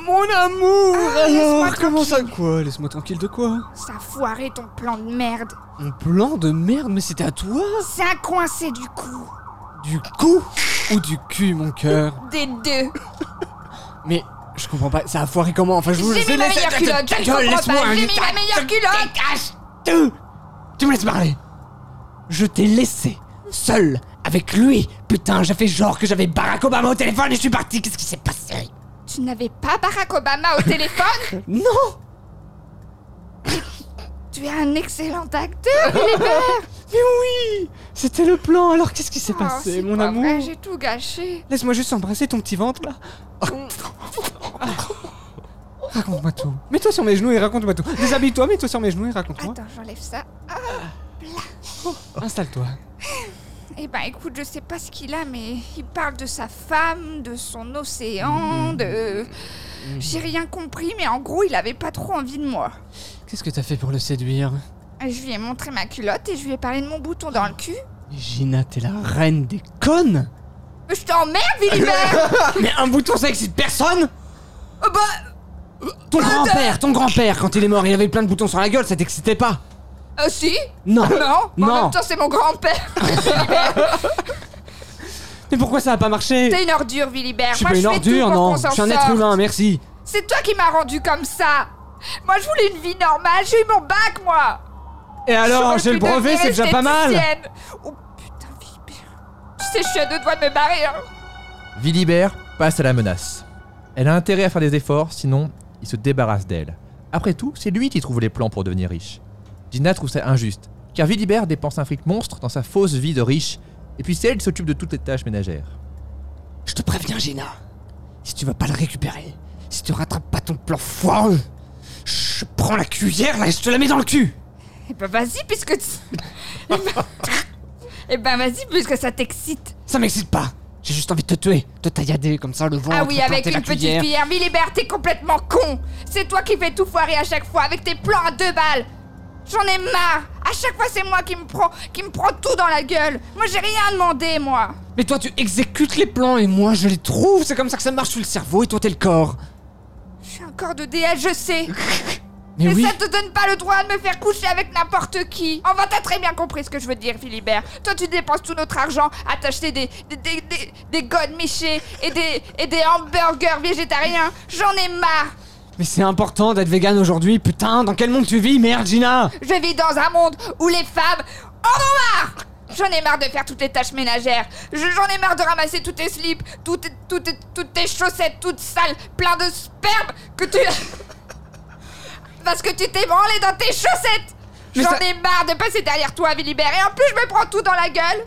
[SPEAKER 4] Mon amour
[SPEAKER 3] laisse-moi
[SPEAKER 4] Alors, comment ça Quoi Laisse-moi tranquille de quoi
[SPEAKER 3] Ça a foiré ton plan de merde.
[SPEAKER 4] Mon plan de merde, mais c'était à toi
[SPEAKER 3] Ça a coincé du coup.
[SPEAKER 4] Du cou ou du cul, mon cœur
[SPEAKER 3] Des deux.
[SPEAKER 4] Mais je comprends pas, ça a foiré comment Enfin, je vous
[SPEAKER 3] J'ai mis ma meilleure culotte. Je ne comprends pas. J'ai mis ma meilleure culotte.
[SPEAKER 4] Tu Tu me laisses parler Je t'ai laissé seul avec lui Putain, j'ai fait genre que j'avais Barack Obama au téléphone et je suis parti Qu'est-ce qui s'est passé
[SPEAKER 3] Tu n'avais pas Barack Obama au téléphone
[SPEAKER 4] Non
[SPEAKER 3] Tu es un excellent acteur.
[SPEAKER 4] Mais oui C'était le plan, alors qu'est-ce qui s'est
[SPEAKER 3] Oh,
[SPEAKER 4] passé,
[SPEAKER 3] c'est
[SPEAKER 4] mon
[SPEAKER 3] pas
[SPEAKER 4] amour
[SPEAKER 3] vrai, J'ai tout gâché.
[SPEAKER 4] Laisse-moi juste embrasser ton petit ventre, là
[SPEAKER 3] Oh.
[SPEAKER 4] Ah. Raconte-moi tout. Mets-toi sur mes genoux et raconte-moi tout. Déshabille-toi, mets-toi sur mes genoux et raconte-moi.
[SPEAKER 3] Attends, j'enlève ça.
[SPEAKER 4] Installe-toi.
[SPEAKER 3] Eh ben écoute, je sais pas ce qu'il a, mais il parle de sa femme, de son océan, de... J'ai rien compris, mais en gros, il avait pas trop envie de moi.
[SPEAKER 4] Qu'est-ce que t'as fait pour le séduire
[SPEAKER 3] Je lui ai montré ma culotte et je lui ai parlé de mon bouton dans le cul.
[SPEAKER 4] Gina, t'es la reine des connes
[SPEAKER 3] Mais je t'emmerde, Vilibert
[SPEAKER 4] Mais un bouton, ça excite personne
[SPEAKER 3] Oh Bah,
[SPEAKER 4] Ton grand-père, ton grand-père, quand il est mort, il avait plein de boutons sur la gueule, ça t'excitait pas
[SPEAKER 3] euh, si
[SPEAKER 4] Non
[SPEAKER 3] Non En
[SPEAKER 4] Non.
[SPEAKER 3] même temps, c'est mon grand-père
[SPEAKER 4] Mais pourquoi ça a pas marché
[SPEAKER 3] T'es une ordure, Vilibert
[SPEAKER 4] Je suis
[SPEAKER 3] Moi,
[SPEAKER 4] pas une
[SPEAKER 3] fais tout
[SPEAKER 4] ordure,
[SPEAKER 3] pour
[SPEAKER 4] non
[SPEAKER 3] qu'on s'en
[SPEAKER 4] Je suis un être
[SPEAKER 3] sorte.
[SPEAKER 4] humain, merci
[SPEAKER 3] C'est toi qui m'as rendu comme ça Moi, je voulais une vie normale, j'ai eu mon bac, moi
[SPEAKER 4] Et alors,
[SPEAKER 3] J'aurais
[SPEAKER 4] j'ai
[SPEAKER 3] pu
[SPEAKER 4] le brevet,
[SPEAKER 3] devenir
[SPEAKER 4] c'est déjà pas mal
[SPEAKER 3] esthéticienne. Oh putain, Vilibert Tu sais, je suis à deux doigts de me barrer, hein
[SPEAKER 1] Vilibert passe à la menace. Elle a intérêt à faire des efforts, sinon il se débarrasse d'elle. Après tout, c'est lui qui trouve les plans pour devenir riche. Gina trouve ça injuste, car Vilibert dépense un fric monstre dans sa fausse vie de riche, et puis c'est elle qui s'occupe de toutes les tâches ménagères.
[SPEAKER 4] Je te préviens, Gina. Si tu vas pas le récupérer, si tu rattrapes pas ton plan foireux, je prends la cuillère là et je te la mets dans le cul.
[SPEAKER 3] Eh ben vas-y, puisque... tu- Eh ben vas-y, puisque ça t'excite
[SPEAKER 4] Ça m'excite pas. J'ai juste envie de te tuer, de taillader comme ça le ventre.
[SPEAKER 3] Ah oui, avec
[SPEAKER 4] planter la
[SPEAKER 3] une petite
[SPEAKER 4] cuillère.
[SPEAKER 3] cuillère, Milibert, t'es complètement con C'est toi qui fais tout foirer à chaque fois, avec tes plans à deux balles J'en ai marre À chaque fois, c'est moi qui me prends qui me prends tout dans la gueule Moi, j'ai rien demandé, moi
[SPEAKER 4] Mais toi, tu exécutes les plans et moi, je les trouve. C'est comme ça que ça marche sur le cerveau et toi, t'es le corps.
[SPEAKER 3] Je suis encore de DS, je sais
[SPEAKER 4] Mais
[SPEAKER 3] Mais
[SPEAKER 4] oui.
[SPEAKER 3] ça te donne pas le droit de me faire coucher avec n'importe qui Enfin, t'as très bien compris ce que je veux dire, Philibert. Toi, tu dépenses tout notre argent à t'acheter des... des... des... des, des godes michés et des... et des hamburgers végétariens J'en ai marre
[SPEAKER 4] Mais c'est important d'être vegan aujourd'hui. Putain, dans quel monde tu vis, merde, Gina
[SPEAKER 3] Je vis dans un monde où les femmes en ont marre J'en ai marre de faire toutes les tâches ménagères. Je- J'en ai marre de ramasser tous tes slips, toutes, toutes, toutes tes chaussettes toutes sales, plein de sperme que tu... Parce que tu t'es branlé dans tes chaussettes
[SPEAKER 4] Mais
[SPEAKER 3] J'en
[SPEAKER 4] ça-
[SPEAKER 3] ai marre de passer derrière toi, Vilibert, et en plus je me prends tout dans la gueule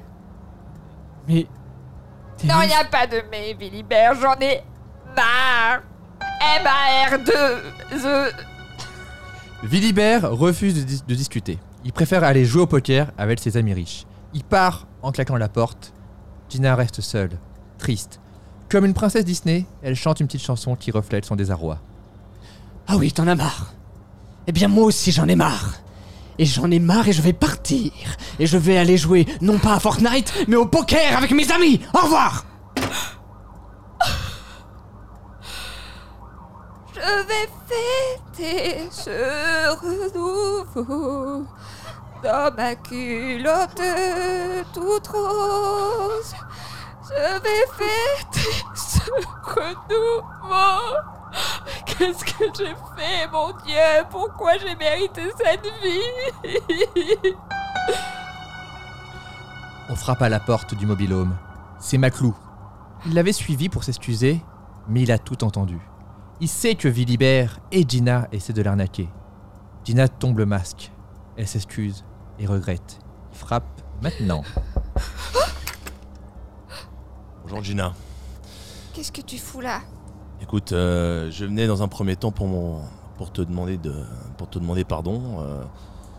[SPEAKER 4] Mais. t'es
[SPEAKER 3] Non,
[SPEAKER 4] riche.
[SPEAKER 3] y a pas de mais, Vilibert, j'en ai marre M-A-R-2... The...
[SPEAKER 1] Vilibert refuse de, dis- de discuter. Il préfère aller jouer au poker avec ses amis riches. Il part en claquant la porte. Gina reste seule, triste. Comme une princesse Disney, elle chante une petite chanson qui reflète son désarroi.
[SPEAKER 4] Ah oui, t'en as marre. Eh bien moi aussi j'en ai marre. Et j'en ai marre et je vais partir. Et je vais aller jouer, non pas à Fortnite, mais au poker avec mes amis. Au revoir
[SPEAKER 3] Je vais fêter ce renouveau Dans ma culotte toute rose, je vais fêter ce renouveau. Qu'est-ce que j'ai fait, mon Dieu Pourquoi j'ai mérité cette vie
[SPEAKER 1] On frappe à la porte du mobilhome. C'est Maclou. Il l'avait suivi pour s'excuser, mais il a tout entendu. Il sait que Vilibert et Gina essaient de l'arnaquer. Gina tombe le masque. Elle s'excuse et regrette. Il frappe maintenant.
[SPEAKER 2] Bonjour Gina.
[SPEAKER 3] Qu'est-ce que tu fous là
[SPEAKER 2] Écoute, euh, je venais dans un premier temps pour, mon- pour, te, demander de, pour te demander pardon. euh,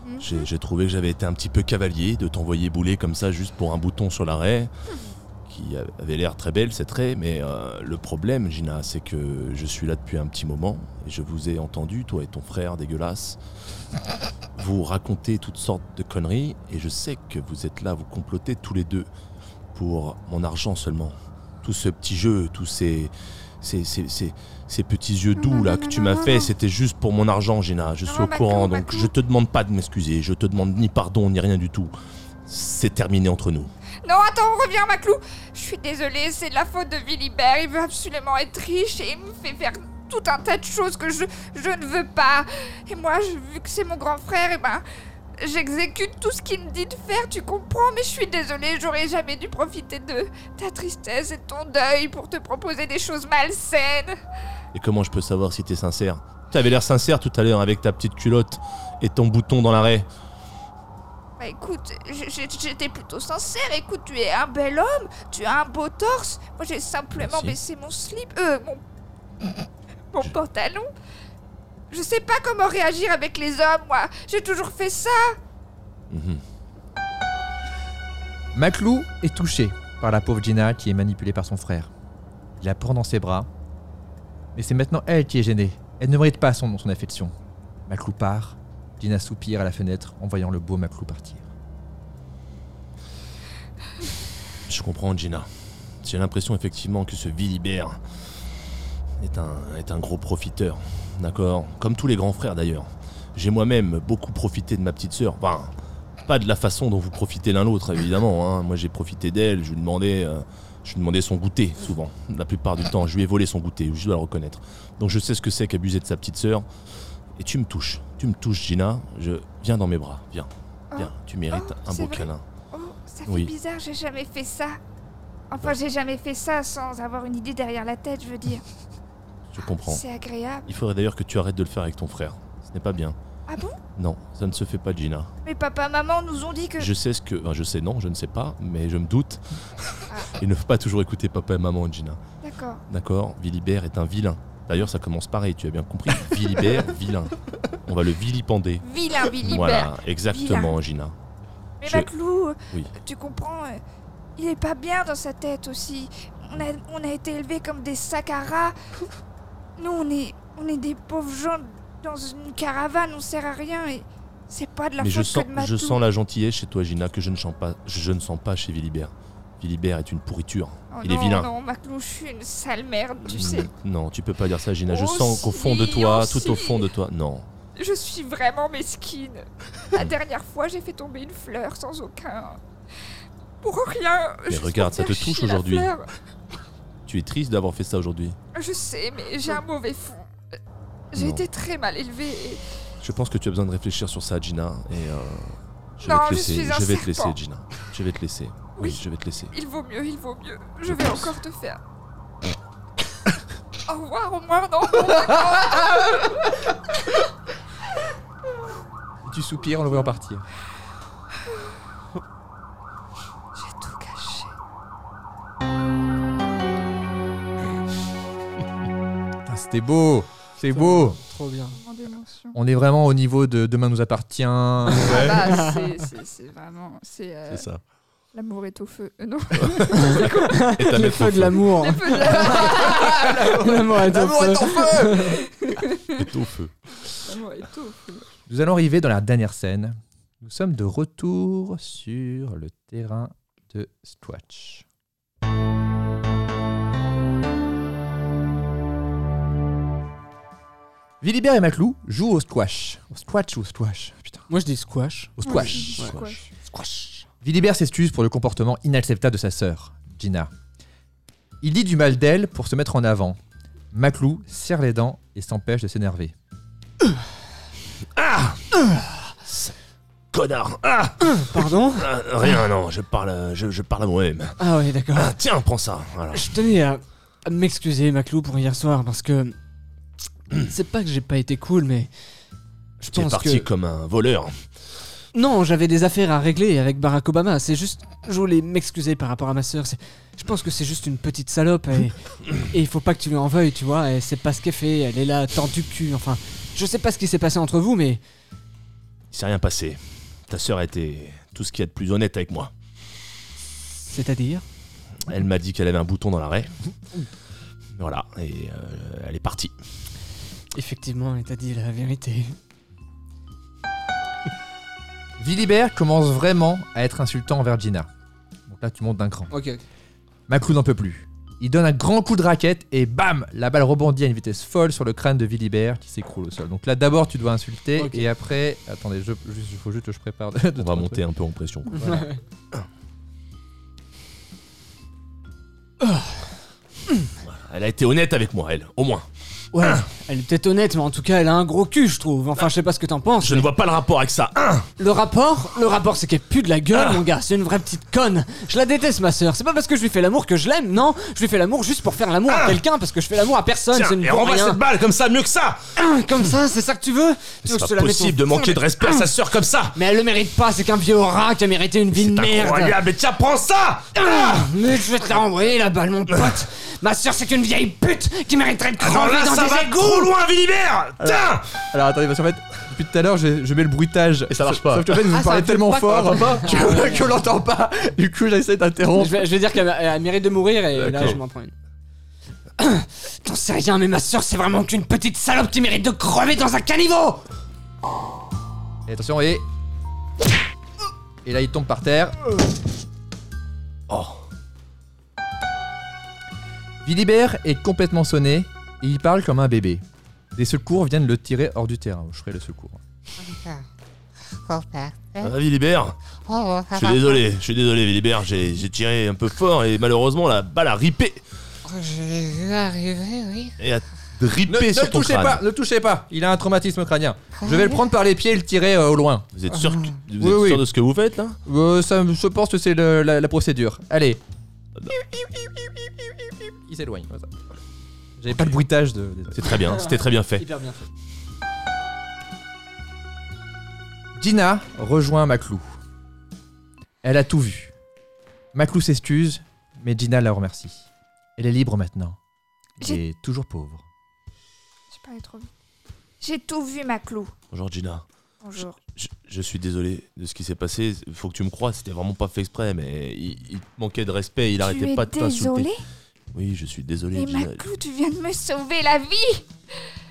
[SPEAKER 3] Mhm.
[SPEAKER 2] J'ai j'ai trouvé que j'avais été un petit peu cavalier de t'envoyer bouler comme ça juste pour un bouton sur l'arrêt,
[SPEAKER 3] Hmm.
[SPEAKER 2] qui a- avait l'air très belle cette raie, mais euh, le problème, Gina, c'est que je suis là depuis un petit moment et je vous ai entendu, toi et ton frère dégueulasse, vous raconter toutes sortes de conneries et je sais que vous êtes là, vous complotez tous les deux pour mon argent seulement. Tout ce petit jeu, tous ces. Ces, ces- ces- ces petits yeux
[SPEAKER 3] Non,
[SPEAKER 2] doux
[SPEAKER 3] non,
[SPEAKER 2] là
[SPEAKER 3] non,
[SPEAKER 2] que
[SPEAKER 3] non,
[SPEAKER 2] tu
[SPEAKER 3] non,
[SPEAKER 2] m'as
[SPEAKER 3] non,
[SPEAKER 2] fait,
[SPEAKER 3] non.
[SPEAKER 2] c'était juste pour mon argent, Gina. Je
[SPEAKER 3] Non,
[SPEAKER 2] suis au
[SPEAKER 3] Macron,
[SPEAKER 2] courant, donc
[SPEAKER 3] Macron.
[SPEAKER 2] je te demande pas de m'excuser, je te demande ni pardon ni rien du tout. C'est terminé entre nous.
[SPEAKER 3] Non, attends, reviens, Maclou Je suis désolée, c'est de la faute de Vilibert. Il veut absolument être riche et il me fait faire tout un tas de choses que je, je ne veux pas. Et moi, je- vu que c'est mon grand frère, et ben. J'exécute tout ce qu'il me dit de faire, tu comprends, mais je suis désolée, j'aurais jamais dû profiter de ta tristesse et de ton deuil pour te proposer des choses malsaines.
[SPEAKER 2] Et comment je peux savoir si t'es sincère T'avais l'air sincère tout à l'heure avec ta petite culotte et ton bouton dans l'arrêt.
[SPEAKER 3] Bah écoute, j- j- j'étais plutôt sincère. Écoute, tu es un bel homme, tu as un beau torse. Moi, j'ai simplement
[SPEAKER 2] Merci.
[SPEAKER 3] baissé mon slip, euh, mon, mon pantalon. Je sais pas comment réagir avec les hommes, moi. J'ai toujours fait ça.
[SPEAKER 2] Mhm.
[SPEAKER 1] Maclou est touché par la pauvre Gina qui est manipulée par son frère. Il la prend dans ses bras. Mais c'est maintenant elle qui est gênée. Elle ne mérite pas son, son affection. Maclou part. Gina soupire à la fenêtre en voyant le beau Maclou partir.
[SPEAKER 2] Je comprends, Gina. J'ai l'impression effectivement que ce Vilibert est un, est un gros profiteur. D'accord Comme tous les grands frères d'ailleurs. J'ai moi-même beaucoup profité de ma petite sœur. Enfin, pas de la façon dont vous profitez l'un l'autre, évidemment. hein. Moi, j'ai profité d'elle. Je lui demandais. euh, je lui demandais son goûter, souvent. La plupart du temps, je lui ai volé son goûter, je dois le reconnaître. Donc je sais ce que c'est qu'abuser de sa petite sœur. Et tu me touches. Tu me touches, Gina. Je... Viens dans mes bras. Viens. Viens. Tu mérites
[SPEAKER 3] Oh,
[SPEAKER 2] un
[SPEAKER 3] c'est
[SPEAKER 2] beau
[SPEAKER 3] vrai.
[SPEAKER 2] câlin.
[SPEAKER 3] Oh, ça fait
[SPEAKER 2] Oui.
[SPEAKER 3] bizarre, j'ai jamais fait ça. Enfin, j'ai jamais fait ça sans avoir une idée derrière la tête, je veux dire.
[SPEAKER 2] Je comprends.
[SPEAKER 3] C'est agréable.
[SPEAKER 2] Il faudrait d'ailleurs que tu arrêtes de le faire avec ton frère. Ce n'est pas bien.
[SPEAKER 3] Ah bon
[SPEAKER 2] Non, ça ne se fait pas, Gina.
[SPEAKER 3] Mais papa, maman nous ont dit que.
[SPEAKER 2] Je sais ce que. Enfin, je sais, non, je ne sais pas, mais je me doute.
[SPEAKER 3] Ah.
[SPEAKER 2] Il ne faut pas toujours écouter papa et maman, Gina.
[SPEAKER 3] D'accord.
[SPEAKER 2] D'accord Vilibert est un vilain. D'ailleurs, ça commence pareil, tu as bien compris. Vilibert, vilain. On va le vilipender.
[SPEAKER 3] Vilain Vilibert.
[SPEAKER 2] Voilà, exactement, Gina.
[SPEAKER 3] Mais
[SPEAKER 2] Je-
[SPEAKER 3] Maclou,
[SPEAKER 2] Oui.
[SPEAKER 3] tu comprends, euh, il est pas bien dans sa tête aussi. On a, on a été élevés comme des sacs à rats. Nous, on est, on est des pauvres gens dans une caravane, on sert à rien et c'est pas de la
[SPEAKER 2] Mais je
[SPEAKER 3] faute
[SPEAKER 2] sens,
[SPEAKER 3] que de Matou.
[SPEAKER 2] je sens la gentillesse chez toi, Gina, que je ne sens pas, je, je ne sens pas chez Vilibert. Vilibert est une pourriture.
[SPEAKER 3] Oh
[SPEAKER 2] il est
[SPEAKER 3] non,
[SPEAKER 2] vilain. Mm.
[SPEAKER 3] Non, Maclou, je suis une sale merde, tu sais.
[SPEAKER 2] Non, tu peux pas dire ça, Gina. Je
[SPEAKER 3] Oh
[SPEAKER 2] sens qu'au fond de
[SPEAKER 3] si,
[SPEAKER 2] toi,
[SPEAKER 3] oh
[SPEAKER 2] tout au
[SPEAKER 3] si.
[SPEAKER 2] fond de toi. Non,
[SPEAKER 3] Je suis vraiment mesquine. La dernière fois, j'ai fait tomber une fleur sans aucun. Pour rien.
[SPEAKER 2] Mais
[SPEAKER 3] juste pour
[SPEAKER 2] regarde, ça
[SPEAKER 3] faire
[SPEAKER 2] te touche
[SPEAKER 3] chier la
[SPEAKER 2] aujourd'hui.
[SPEAKER 3] fleur.
[SPEAKER 2] tu es triste d'avoir fait ça aujourd'hui.
[SPEAKER 3] Je sais, mais j'ai un mauvais fond. J'ai
[SPEAKER 2] Non.
[SPEAKER 3] été très mal élevée et
[SPEAKER 2] Je pense que tu as besoin de réfléchir sur ça, Gina. Et euh, je vais
[SPEAKER 3] Non,
[SPEAKER 2] te
[SPEAKER 3] je
[SPEAKER 2] laisser.
[SPEAKER 3] suis un
[SPEAKER 2] vais te laisser,
[SPEAKER 3] serpent.
[SPEAKER 2] Gina. Je vais te laisser. Oui,
[SPEAKER 3] Oui.
[SPEAKER 2] je vais te laisser.
[SPEAKER 3] Il vaut mieux, il vaut mieux.
[SPEAKER 2] Je
[SPEAKER 3] Je vais
[SPEAKER 2] pense.
[SPEAKER 3] encore te faire. au revoir, au revoir, non, non, d'accord.
[SPEAKER 1] Tu soupires en le voyant partir.
[SPEAKER 3] J'ai tout caché.
[SPEAKER 1] Putain, Ah, C'était beau C'est beau
[SPEAKER 4] Trop bien.
[SPEAKER 3] Moment d'émotion.
[SPEAKER 1] On est vraiment au niveau de Demain nous appartient.
[SPEAKER 3] Ah bah, c'est- c'est c'est vraiment. C'est. euh,
[SPEAKER 2] C'est ça.
[SPEAKER 3] L'amour est au feu. Euh, non.
[SPEAKER 2] Et ta
[SPEAKER 4] Le
[SPEAKER 2] mettre au
[SPEAKER 4] feu de
[SPEAKER 2] feu.
[SPEAKER 4] l'amour.
[SPEAKER 3] Les feux de la-
[SPEAKER 4] L'amour est au feu.
[SPEAKER 1] feu
[SPEAKER 2] Est au feu.
[SPEAKER 3] L'amour est au feu.
[SPEAKER 1] Nous allons arriver dans la dernière scène. Nous sommes de retour sur le terrain de Stretch. Vilibert et Maclou jouent au squash. Au squash ou au squash Putain,
[SPEAKER 4] Moi, je dis squash.
[SPEAKER 1] au
[SPEAKER 3] Moi,
[SPEAKER 1] squash.
[SPEAKER 3] je dis squash.
[SPEAKER 4] Squash.
[SPEAKER 1] Vilibert s'excuse pour le comportement inacceptable de sa sœur, Gina. Il dit du mal d'elle pour se mettre en avant. Maclou serre les dents et s'empêche de s'énerver.
[SPEAKER 2] Connard Ah
[SPEAKER 4] Pardon
[SPEAKER 2] Ah, Rien, non, je parle, euh, je, je parle à moi-même.
[SPEAKER 4] Ah oui, d'accord.
[SPEAKER 2] Ah, tiens, prends ça. Voilà.
[SPEAKER 4] Je tenais à, à m'excuser, Maclou, pour hier soir, parce que. C'est pas que j'ai pas été cool, mais. Je
[SPEAKER 2] Tu es
[SPEAKER 4] pense que.
[SPEAKER 2] parti comme un voleur.
[SPEAKER 4] Non, j'avais des affaires à régler avec Barack Obama. C'est juste. Je voulais m'excuser par rapport à ma sœur. C'est- Je pense que c'est juste une petite salope. Et... et il faut pas que tu lui en veuilles, tu vois. Et c'est pas ce qu'elle fait. Elle est là, tendue cul. Enfin, je sais pas ce qui s'est passé entre vous, mais.
[SPEAKER 2] Il s'est rien passé. Ta sœur a été tout ce qu'il y a de plus honnête avec moi.
[SPEAKER 4] C'est-à-dire
[SPEAKER 2] Elle m'a dit qu'elle avait un bouton dans l'arrêt. Voilà, et euh, elle est partie.
[SPEAKER 4] Effectivement, elle t'a dit la vérité.
[SPEAKER 1] Vilibert commence vraiment à être insultant envers Gina. Donc là, tu montes d'un cran.
[SPEAKER 4] Ok.
[SPEAKER 1] Maclou n'en peut plus. Il donne un grand coup de raquette et bam La balle rebondit à une vitesse folle sur le crâne de Vilibert qui s'écroule au sol. Donc là, d'abord, tu dois insulter
[SPEAKER 4] Ok.
[SPEAKER 1] et après. Attendez, je- juste- il faut juste que je prépare. de- de-
[SPEAKER 2] On va monter un peu en pression. Elle a été honnête avec moi, elle, au moins.
[SPEAKER 4] Ouais, elle est peut-être honnête, mais en tout cas, elle a un gros cul, je trouve. Enfin, je sais pas ce que t'en penses.
[SPEAKER 2] Je ne vois pas le rapport avec ça.
[SPEAKER 4] Ah,
[SPEAKER 2] Hein
[SPEAKER 4] Le rapport, le rapport, c'est qu'elle pue de la gueule, mon gars. C'est une vraie petite conne. Je la déteste, ma sœur. C'est pas parce que je lui fais l'amour que je l'aime, non. Je lui fais l'amour juste pour faire l'amour à quelqu'un, parce que je fais l'amour à personne. C'est
[SPEAKER 2] Ah. Tiens,
[SPEAKER 4] une
[SPEAKER 2] et
[SPEAKER 4] pour
[SPEAKER 2] renvoie
[SPEAKER 4] rien.
[SPEAKER 2] cette balle comme ça, mieux que ça
[SPEAKER 4] Comme ça, c'est ça que tu veux Tu
[SPEAKER 2] C'est
[SPEAKER 4] veux que je
[SPEAKER 2] pas
[SPEAKER 4] te la mette au
[SPEAKER 2] possible de
[SPEAKER 4] fond
[SPEAKER 2] manquer de respect à sa sœur comme ça
[SPEAKER 4] Mais elle le mérite pas. C'est qu'un vieux rat qui a mérité une vie
[SPEAKER 2] C'est
[SPEAKER 4] de merde.
[SPEAKER 2] incroyable, mais tiens, prends ça
[SPEAKER 4] Ah, mais je vais te la renvoyer la balle, mon pote. Ma sœur, c'est une vieille pute qui mériterait de
[SPEAKER 2] Alors
[SPEAKER 4] crever
[SPEAKER 2] Ah là,
[SPEAKER 4] dans
[SPEAKER 2] ça
[SPEAKER 4] des
[SPEAKER 2] va
[SPEAKER 4] égouts. Euh.
[SPEAKER 2] trop loin, Vilibert Tiens
[SPEAKER 1] Alors attendez, parce qu'en fait, depuis tout à l'heure, je, je mets le bruitage.
[SPEAKER 2] Et ça marche
[SPEAKER 1] Sauf-
[SPEAKER 2] pas.
[SPEAKER 1] Sauf que en fait, vous
[SPEAKER 4] Ah, ça
[SPEAKER 1] parlez
[SPEAKER 4] marche
[SPEAKER 1] tellement
[SPEAKER 4] pas,
[SPEAKER 1] fort
[SPEAKER 4] ça marche pas.
[SPEAKER 1] que, que l'on l'entend pas. Du coup, j'essaie
[SPEAKER 4] Je
[SPEAKER 1] d'interrompre.
[SPEAKER 4] vais, je vais dire qu'elle a- elle a mérite de mourir et là
[SPEAKER 2] D'accord.
[SPEAKER 4] je m'en prends une. T'en sais rien, mais ma soeur c'est vraiment qu'une petite salope qui mérite de crever dans un caniveau
[SPEAKER 1] Et attention, et. Et là, il tombe par terre.
[SPEAKER 2] Oh,
[SPEAKER 1] Vilibert est complètement sonné et il parle comme un bébé. Des secours viennent le tirer hors du terrain. Je ferai le secours.
[SPEAKER 2] Ah, Vilibert
[SPEAKER 5] Oh,
[SPEAKER 2] Je suis désolé, je suis désolé, Vilibert, j'ai j'ai tiré un peu fort et malheureusement, la balle a ripé
[SPEAKER 5] Je l'ai vu arriver, oui.
[SPEAKER 2] et a ripé
[SPEAKER 1] Ne,
[SPEAKER 2] sur
[SPEAKER 1] ne
[SPEAKER 2] ton
[SPEAKER 1] touchez
[SPEAKER 2] crâne.
[SPEAKER 1] pas, ne touchez pas. Il a un traumatisme crânien. Je vais le prendre par les pieds et le tirer euh, au loin.
[SPEAKER 2] Vous êtes sûr, que- vous
[SPEAKER 1] Oui,
[SPEAKER 2] êtes
[SPEAKER 1] oui.
[SPEAKER 2] sûr de ce que vous faites, là
[SPEAKER 1] Euh, ça, je pense que c'est le- la, la procédure. Allez. Il s'éloigne. comme ça. J'avais pas le bruitage de. désolé.
[SPEAKER 2] C'est très bien, c'était très bien fait.
[SPEAKER 4] Hyper bien fait.
[SPEAKER 1] Gina rejoint Maclou. Elle a tout vu. Maclou s'excuse, mais Gina la remercie. Elle est libre maintenant. Elle
[SPEAKER 3] J'ai-
[SPEAKER 1] est toujours pauvre.
[SPEAKER 3] J'ai pas allé trop vite. J'ai tout vu, Maclou.
[SPEAKER 2] Bonjour, Gina.
[SPEAKER 3] Bonjour.
[SPEAKER 2] Je, je suis désolé de ce qui s'est passé. Faut que tu me crois, c'était vraiment pas fait exprès, mais il, il te manquait de respect, il
[SPEAKER 3] tu
[SPEAKER 2] arrêtait
[SPEAKER 3] es
[SPEAKER 2] pas de t'insulter.
[SPEAKER 3] désolé,
[SPEAKER 2] Oui, je suis désolé,
[SPEAKER 3] mais
[SPEAKER 2] Gina.
[SPEAKER 3] Maclou, tu viens de me sauver la vie.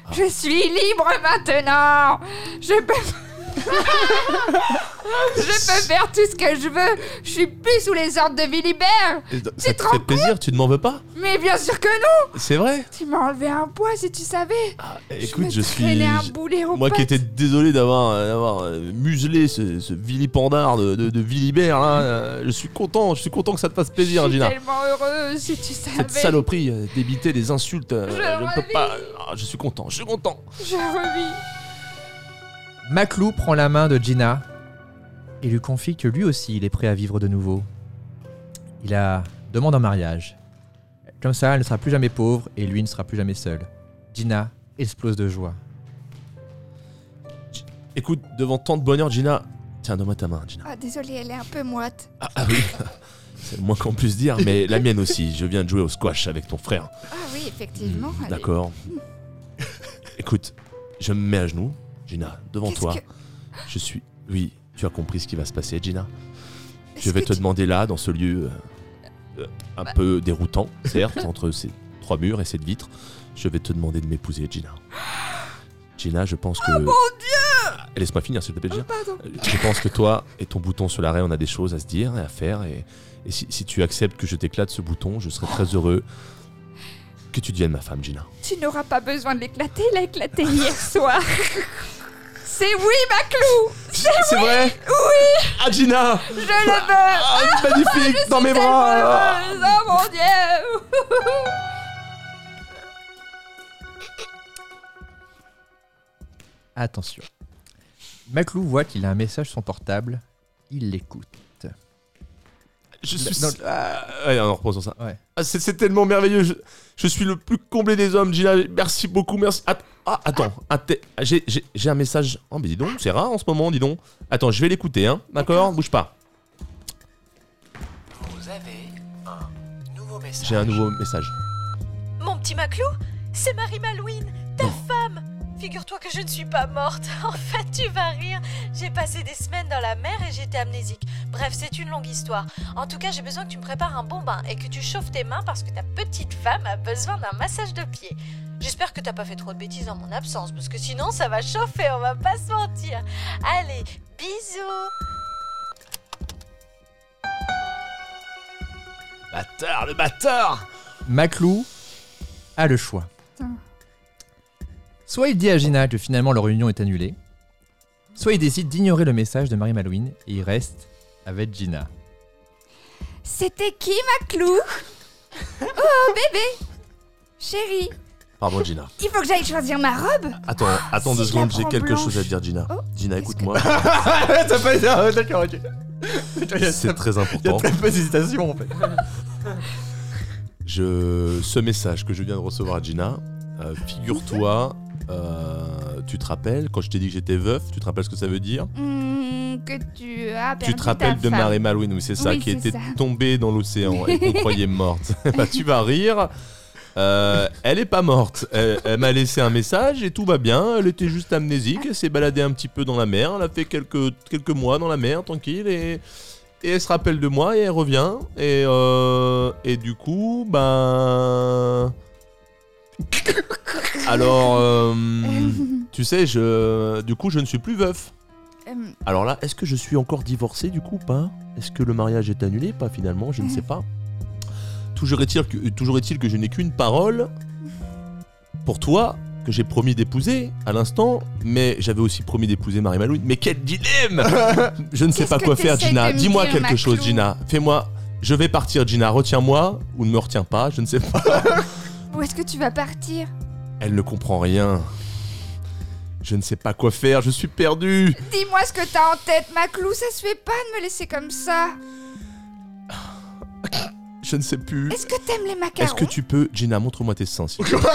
[SPEAKER 2] Ah.
[SPEAKER 3] Je suis libre maintenant. Je peux. je peux faire tout ce que je veux. Je suis plus sous les ordres de Vilibert.
[SPEAKER 2] Et Ça te
[SPEAKER 3] te rends
[SPEAKER 2] fait plaisir, tu ne m'en veux pas
[SPEAKER 3] Mais bien sûr que non.
[SPEAKER 2] C'est vrai
[SPEAKER 3] Tu m'as enlevé un poids si tu savais.
[SPEAKER 2] Ah, Écoute,
[SPEAKER 3] me
[SPEAKER 2] je suis.
[SPEAKER 3] traînais un boulet au
[SPEAKER 2] Moi qui
[SPEAKER 3] pote.
[SPEAKER 2] étais désolé d'avoir euh, d'avoir, euh, muselé ce, ce vilipendard de, de, de Vilibert, là, euh, je suis content, je suis content que ça te fasse
[SPEAKER 3] je
[SPEAKER 2] plaisir,
[SPEAKER 3] suis
[SPEAKER 2] Gina.
[SPEAKER 3] tellement heureuse si tu savais.
[SPEAKER 2] Cette saloperie, euh, débiter des insultes, euh,
[SPEAKER 3] Je
[SPEAKER 2] ne peux
[SPEAKER 3] revis.
[SPEAKER 2] pas. Ah, je suis content, je suis content.
[SPEAKER 3] Je revis.
[SPEAKER 1] Maclou prend la main de Gina et lui confie que lui aussi il est prêt à vivre de nouveau. Il la demande en mariage. Comme ça, elle ne sera plus jamais pauvre et lui ne sera plus jamais seul. Gina explose de joie.
[SPEAKER 2] Écoute, devant tant de bonheur, Gina. Tiens, donne-moi ta main, Gina.
[SPEAKER 3] Ah, désolée, elle est un peu moite.
[SPEAKER 2] Ah, ah oui, c'est le moins qu'on puisse dire, mais la mienne aussi. Je viens de jouer au squash avec ton frère. Mm.
[SPEAKER 3] Ah oui, effectivement. elle est-
[SPEAKER 2] Hmm, D'accord. Écoute, je me mets à genoux, Gina, devant
[SPEAKER 3] Qu'est-ce
[SPEAKER 2] toi.
[SPEAKER 3] que-
[SPEAKER 2] Je suis. Oui, tu as compris ce qui va se passer, Gina. Je
[SPEAKER 3] Est-ce
[SPEAKER 2] vais
[SPEAKER 3] que
[SPEAKER 2] te
[SPEAKER 3] tu-
[SPEAKER 2] demander là, dans ce lieu euh, euh, un peu déroutant, certes, entre ces trois murs et cette vitre, je vais te demander de m'épouser, Gina. Gina, je pense que. Oh mon dieu Laisse-moi finir, s'il te plaît, Gina.
[SPEAKER 3] Pardon.
[SPEAKER 2] Euh, Je pense que toi et ton bouton sur l'arrêt, on a des choses à se dire et à faire. Et, et si, si tu acceptes que je t'éclate ce bouton, je serai très heureux. que tu deviennes ma femme, Gina.
[SPEAKER 3] Tu n'auras pas besoin de l'éclater, il l'a éclaté hier soir. C'est oui, Maclou
[SPEAKER 2] C'est vrai Oui Ah, Gina
[SPEAKER 3] Je le veux
[SPEAKER 2] Ah, magnifique Dans mes bras
[SPEAKER 3] Heureuse, Oh mon dieu
[SPEAKER 1] Attention. Maclou voit qu'il a un message sur son portable. Il l'écoute.
[SPEAKER 2] Je
[SPEAKER 1] Le-
[SPEAKER 2] suis.
[SPEAKER 1] non,
[SPEAKER 2] Ah, allez, on reprend sur ça.
[SPEAKER 1] Ouais.
[SPEAKER 2] Ah, c'est, c'est tellement merveilleux. Je, je suis le plus comblé des hommes, Gina. Merci beaucoup, merci. Att- ah, attends. Atte- ah, j'ai, j'ai- j'ai un message. Oh, mais dis donc, c'est rare en ce moment, dis donc. Attends, je vais l'écouter, hein. D'accord Bouge pas.
[SPEAKER 6] Vous avez un nouveau message.
[SPEAKER 2] J'ai un nouveau message.
[SPEAKER 7] Mon petit Maclou, c'est Marie Malouine, ta femme Figure-toi que je ne suis pas morte. En fait, tu vas rire. J'ai passé des semaines dans la mer et j'étais amnésique. Bref, c'est une longue histoire. En tout cas, j'ai besoin que tu me prépares un bon bain et que tu chauffes tes mains parce que ta petite femme a besoin d'un massage de pied. J'espère que t'as pas fait trop de bêtises en mon absence parce que sinon ça va chauffer, on va pas se mentir. Allez, bisous
[SPEAKER 2] Bâtard, le bâtard
[SPEAKER 1] Maclou a le choix.
[SPEAKER 3] Putain.
[SPEAKER 1] Soit il dit à Gina que finalement leur réunion est annulée, soit il décide d'ignorer le message de Marie Malouine et il reste avec Gina.
[SPEAKER 3] C'était qui, Maclou Oh, bébé Chérie,
[SPEAKER 2] Pardon, Gina.
[SPEAKER 3] il faut que j'aille choisir ma robe
[SPEAKER 2] Attends, attends
[SPEAKER 3] si
[SPEAKER 2] deux
[SPEAKER 3] je
[SPEAKER 2] secondes,
[SPEAKER 3] la
[SPEAKER 2] j'ai
[SPEAKER 3] prends
[SPEAKER 2] quelque
[SPEAKER 3] blanche.
[SPEAKER 2] chose à te dire, Gina.
[SPEAKER 3] Oh,
[SPEAKER 2] Gina,
[SPEAKER 3] qu'est-ce
[SPEAKER 2] écoute-moi.
[SPEAKER 1] Ah, D'accord, ok.
[SPEAKER 2] C'est très important.
[SPEAKER 1] peu d'hésitations en fait.
[SPEAKER 2] Je... Ce message que je viens de recevoir à Gina, euh, figure-toi, euh, tu te rappelles, quand je t'ai dit que j'étais veuf, tu te rappelles ce que ça veut dire
[SPEAKER 3] Hmm, que tu as perdu
[SPEAKER 2] Tu te rappelles
[SPEAKER 3] ta
[SPEAKER 2] de
[SPEAKER 3] femme.
[SPEAKER 2] Marie Malouine, oui, c'est ça,
[SPEAKER 3] Oui,
[SPEAKER 2] qui
[SPEAKER 3] c'est
[SPEAKER 2] était
[SPEAKER 3] ça.
[SPEAKER 2] tombée dans l'océan et qu'on croyait morte. bah, tu vas rire. Euh, elle est pas morte. Elle, elle m'a laissé un message et tout va bien. Elle était juste amnésique. Elle s'est baladée un petit peu dans la mer. Elle a fait quelques, quelques mois dans la mer, tranquille. Et, et elle se rappelle de moi et elle revient. Et, euh, et du coup, ben. Alors, euh, tu sais, je, du coup, je ne suis plus veuf.
[SPEAKER 3] Hum,
[SPEAKER 2] Alors là, est-ce que je suis encore divorcé du coup ou pas Est-ce que le mariage est annulé Pas finalement, je ne sais pas. Toujours est-il que, euh, toujours est-il que je n'ai qu'une parole pour toi que j'ai promis d'épouser à l'instant, mais j'avais aussi promis d'épouser Marie Malouine. Mais quel dilemme Je ne sais
[SPEAKER 3] Qu'est-ce
[SPEAKER 2] pas
[SPEAKER 3] que
[SPEAKER 2] quoi faire,
[SPEAKER 3] t'essayes
[SPEAKER 2] Gina.
[SPEAKER 3] de me
[SPEAKER 2] Dis-moi
[SPEAKER 3] dire,
[SPEAKER 2] quelque
[SPEAKER 3] Maclou
[SPEAKER 2] chose, Gina. Fais-moi. Je vais partir, Gina. Retiens-moi ou ne me retiens pas, je ne sais pas.
[SPEAKER 3] Où est-ce que tu vas partir
[SPEAKER 2] Elle ne comprend rien. Je ne sais pas quoi faire, je suis perdu.
[SPEAKER 3] Dis-moi ce que t'as en tête, Maclou, ça se fait pas de me laisser comme ça
[SPEAKER 2] Je ne sais plus.
[SPEAKER 3] Est-ce que t'aimes les
[SPEAKER 2] Est-ce
[SPEAKER 3] macarons
[SPEAKER 2] que tu peux, Gina, montre-moi tes seins. s'il te plaît.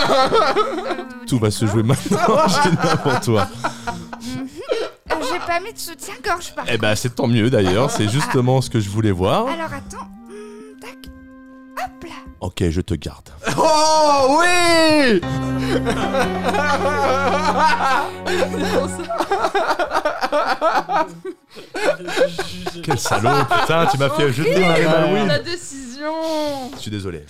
[SPEAKER 2] Tout va se jouer maintenant, Gina, pour toi.
[SPEAKER 3] Euh, J'ai pas mis de soutien-gorge par
[SPEAKER 2] Eh ben, c'est tant mieux d'ailleurs, c'est justement ce que je voulais voir.
[SPEAKER 3] Alors attends. Hmm, tac. Hop là.
[SPEAKER 2] Ok, je te garde.
[SPEAKER 1] Oh oui
[SPEAKER 2] Quel salaud, putain, tu m'as fait jeter ma Malouine.
[SPEAKER 3] La décision
[SPEAKER 2] Je suis désolé.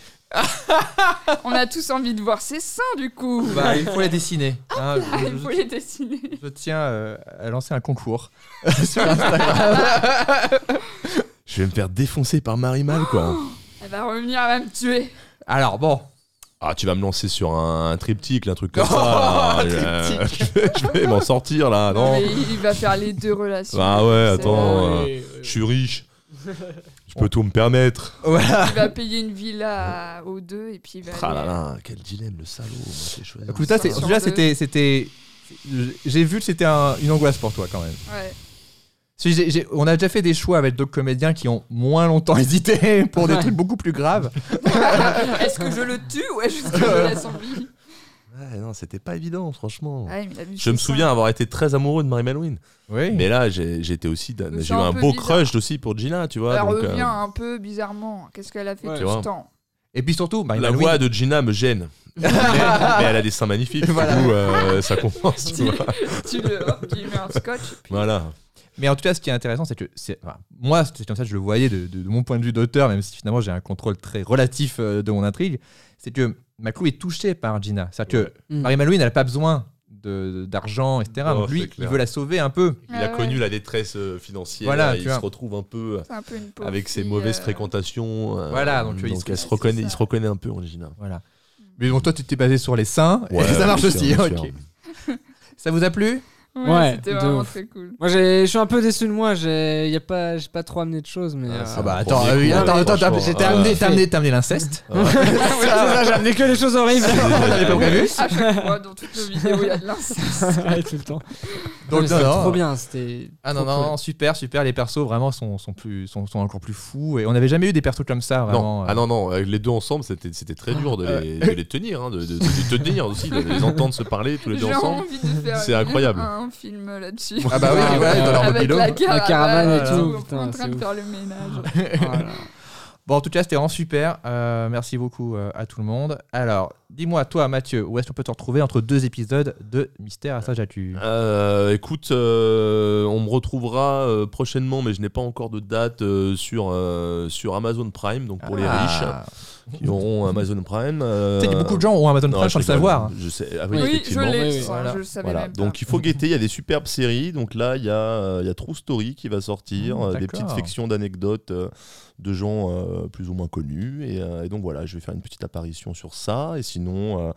[SPEAKER 3] On a tous envie de voir ses seins du coup
[SPEAKER 1] Bah, il faut la dessiner. hein.
[SPEAKER 3] Ah,
[SPEAKER 1] je,
[SPEAKER 3] Il faut les dessiner.
[SPEAKER 1] je tiens euh, à lancer un concours sur Instagram.
[SPEAKER 2] Je vais me faire défoncer par Marie Mal, quoi.
[SPEAKER 3] Elle va revenir, elle va me tuer.
[SPEAKER 1] Alors bon,
[SPEAKER 2] Ah, tu vas me lancer sur un, un triptyque, là, un truc comme ça. Euh, je vais- je vais m'en sortir, là, Ah non
[SPEAKER 3] mais il va faire les deux relations.
[SPEAKER 2] Ah ouais,
[SPEAKER 3] C'est
[SPEAKER 1] Oh.
[SPEAKER 2] attends,
[SPEAKER 3] vrai.
[SPEAKER 2] euh, je suis riche. Je peux tout me permettre.
[SPEAKER 1] voilà.
[SPEAKER 3] Il va payer une villa à- aux deux et puis il va.
[SPEAKER 2] Ah là
[SPEAKER 3] aller-
[SPEAKER 2] là, quel dilemme, le salaud. Moi, j'ai choisi.
[SPEAKER 1] Ah, Écoute, ça, c'est-
[SPEAKER 3] Sur
[SPEAKER 1] déjà,
[SPEAKER 3] deux.
[SPEAKER 1] c'était, c'était, j'ai vu que c'était un- une angoisse pour toi quand même.
[SPEAKER 3] Ouais.
[SPEAKER 1] Si j'ai- j'ai- on a déjà fait des choix avec d'autres comédiens qui ont moins longtemps hésité pour des
[SPEAKER 4] Ouais.
[SPEAKER 1] trucs beaucoup plus graves.
[SPEAKER 3] Est-ce que je le tue ou est-ce que je le laisse en vie
[SPEAKER 2] Ouais, non, c'était pas évident, franchement.
[SPEAKER 4] Ah,
[SPEAKER 3] Ouais, mais il a vu
[SPEAKER 2] Je
[SPEAKER 3] ses
[SPEAKER 2] me
[SPEAKER 3] seins.
[SPEAKER 2] souviens avoir été très amoureux de Marie Malouine.
[SPEAKER 1] Oui.
[SPEAKER 2] Mais là, j'ai j'étais aussi. d'un-
[SPEAKER 3] Mais c'est
[SPEAKER 2] J'ai eu
[SPEAKER 3] un
[SPEAKER 2] un
[SPEAKER 3] peu
[SPEAKER 2] beau
[SPEAKER 3] bizarre.
[SPEAKER 2] crush aussi pour Gina, tu vois.
[SPEAKER 3] Elle
[SPEAKER 2] donc, euh,
[SPEAKER 3] revient un peu bizarrement. Qu'est-ce qu'elle a fait
[SPEAKER 4] Ouais.
[SPEAKER 2] Tu
[SPEAKER 3] tout
[SPEAKER 2] vois.
[SPEAKER 3] ce temps
[SPEAKER 1] Et puis surtout, bah, Marie
[SPEAKER 2] la
[SPEAKER 1] Malouine-
[SPEAKER 2] voix de Gina me gêne. mais, mais elle a des seins magnifiques.
[SPEAKER 1] Voilà.
[SPEAKER 2] Du coup, euh, ça compense. tu vois.
[SPEAKER 3] Tu le hop, tu lui mets un scotch.
[SPEAKER 2] Voilà.
[SPEAKER 1] Mais en tout cas, ce qui est intéressant, c'est que c'est, enfin, moi, c'est comme ça que je le voyais de, de- de mon point de vue d'auteur, même si finalement j'ai un contrôle très relatif euh, de mon intrigue, c'est que Maclou est touché par Gina. C'est-à-dire que
[SPEAKER 4] Mm.
[SPEAKER 1] Marie Malouine, elle n'a pas besoin de, de- d'argent, etc.
[SPEAKER 2] Non,
[SPEAKER 1] Donc
[SPEAKER 2] c'est
[SPEAKER 1] lui, il
[SPEAKER 2] clair.
[SPEAKER 1] veut la sauver un peu.
[SPEAKER 2] Il a
[SPEAKER 3] Ah ouais.
[SPEAKER 2] connu la détresse euh, financière.
[SPEAKER 1] Voilà,
[SPEAKER 2] là,
[SPEAKER 1] tu
[SPEAKER 2] il
[SPEAKER 1] vois.
[SPEAKER 2] se retrouve un peu
[SPEAKER 3] C'est un peu une pauvre
[SPEAKER 2] avec ses
[SPEAKER 3] fille,
[SPEAKER 2] mauvaises
[SPEAKER 3] euh,
[SPEAKER 2] fréquentations. euh,
[SPEAKER 1] Voilà, donc, euh, il se-
[SPEAKER 2] elle se
[SPEAKER 3] c'est
[SPEAKER 2] reconnaît,
[SPEAKER 3] ça.
[SPEAKER 2] il se reconnaît un peu en Gina.
[SPEAKER 1] Voilà. Mais bon, toi, tu t'es basé sur les seins, et ça marche aussi.
[SPEAKER 2] bien
[SPEAKER 1] ok.
[SPEAKER 2] sûr.
[SPEAKER 1] Ça vous a plu
[SPEAKER 8] Ouais,
[SPEAKER 4] Ouais,
[SPEAKER 8] c'était
[SPEAKER 4] de
[SPEAKER 8] vraiment
[SPEAKER 4] ouf.
[SPEAKER 8] très cool.
[SPEAKER 4] Moi, j'ai- je suis un peu déçu de moi. J'ai y a pas, j'ai pas trop amené de choses, mais. euh,
[SPEAKER 1] Ah
[SPEAKER 2] bah,
[SPEAKER 1] bah attends,
[SPEAKER 2] premier
[SPEAKER 1] euh, oui,
[SPEAKER 2] coup,
[SPEAKER 1] attends,
[SPEAKER 2] ouais,
[SPEAKER 1] attends,
[SPEAKER 2] franchement,
[SPEAKER 1] t'as- t'as
[SPEAKER 2] euh,
[SPEAKER 1] amené, t'as
[SPEAKER 4] fait.
[SPEAKER 1] amené, t'as amené l'inceste.
[SPEAKER 4] c'est ça, j'ai amené que les choses horribles.
[SPEAKER 1] J'avais pas prévu.
[SPEAKER 8] À chaque fois, dans toutes nos vidéos, il y a de l'inceste.
[SPEAKER 4] Ouais, tout le temps. Non,
[SPEAKER 1] Donc
[SPEAKER 4] mais
[SPEAKER 1] non,
[SPEAKER 4] c'était
[SPEAKER 1] non.
[SPEAKER 4] trop bien. C'était.
[SPEAKER 1] Ah non
[SPEAKER 4] trop
[SPEAKER 1] non
[SPEAKER 4] cool.
[SPEAKER 1] super super les persos vraiment sont, sont plus sont, sont encore plus fous et on n'avait jamais eu des persos comme ça vraiment.
[SPEAKER 2] Non.
[SPEAKER 1] euh.
[SPEAKER 2] Ah non, non, avec les deux ensemble, c'était c'était très dur de les, de les tenir, hein, de, de- de les tenir aussi, de les entendre se parler tous les deux
[SPEAKER 8] J'ai
[SPEAKER 2] ensemble.
[SPEAKER 8] envie de faire
[SPEAKER 2] C'est
[SPEAKER 8] une-
[SPEAKER 2] incroyable.
[SPEAKER 8] un film là-dessus.
[SPEAKER 1] Ah bah oui,
[SPEAKER 4] Ah,
[SPEAKER 1] ouais,
[SPEAKER 4] ouais.
[SPEAKER 1] dans leur
[SPEAKER 8] Avec
[SPEAKER 1] mobilo.
[SPEAKER 8] la caravane,
[SPEAKER 4] caravane
[SPEAKER 1] et
[SPEAKER 8] tout,
[SPEAKER 4] tout, putain,
[SPEAKER 8] en train
[SPEAKER 4] c'est
[SPEAKER 8] de
[SPEAKER 4] ouf.
[SPEAKER 8] faire le ménage.
[SPEAKER 1] Ah,
[SPEAKER 4] Voilà.
[SPEAKER 1] Bon en tout cas c'était vraiment super. Euh, merci beaucoup euh, à tout le monde. Alors dis-moi toi Mathieu où est-ce qu'on peut te retrouver entre deux épisodes de Mystère à Saint-Jatu
[SPEAKER 2] Euh, écoute, euh, on me retrouvera euh, prochainement, mais je n'ai pas encore de date euh, sur, euh, sur Amazon Prime, donc pour
[SPEAKER 1] Ah.
[SPEAKER 2] les riches qui auront Amazon Prime. euh,
[SPEAKER 1] Tu sais que beaucoup de gens ont Amazon
[SPEAKER 2] Non,
[SPEAKER 1] Prime
[SPEAKER 2] je
[SPEAKER 1] sans le
[SPEAKER 2] rigole.
[SPEAKER 1] savoir.
[SPEAKER 2] Je sais. Ah oui,
[SPEAKER 8] Oui, je
[SPEAKER 2] effectivement.
[SPEAKER 8] l'ai,
[SPEAKER 4] Oui, oui,
[SPEAKER 8] ça,
[SPEAKER 1] voilà.
[SPEAKER 8] je le savais
[SPEAKER 2] Voilà.
[SPEAKER 8] même
[SPEAKER 2] Donc il faut guetter, il y a des superbes séries. Donc là, il y a, euh, il y a True Story qui va sortir,
[SPEAKER 1] Mmh,
[SPEAKER 2] euh, des
[SPEAKER 1] d'accord.
[SPEAKER 2] petites fictions d'anecdotes euh, de gens euh, plus ou moins connus. Et, euh, et donc voilà, je vais faire une petite apparition sur ça. Et sinon, euh,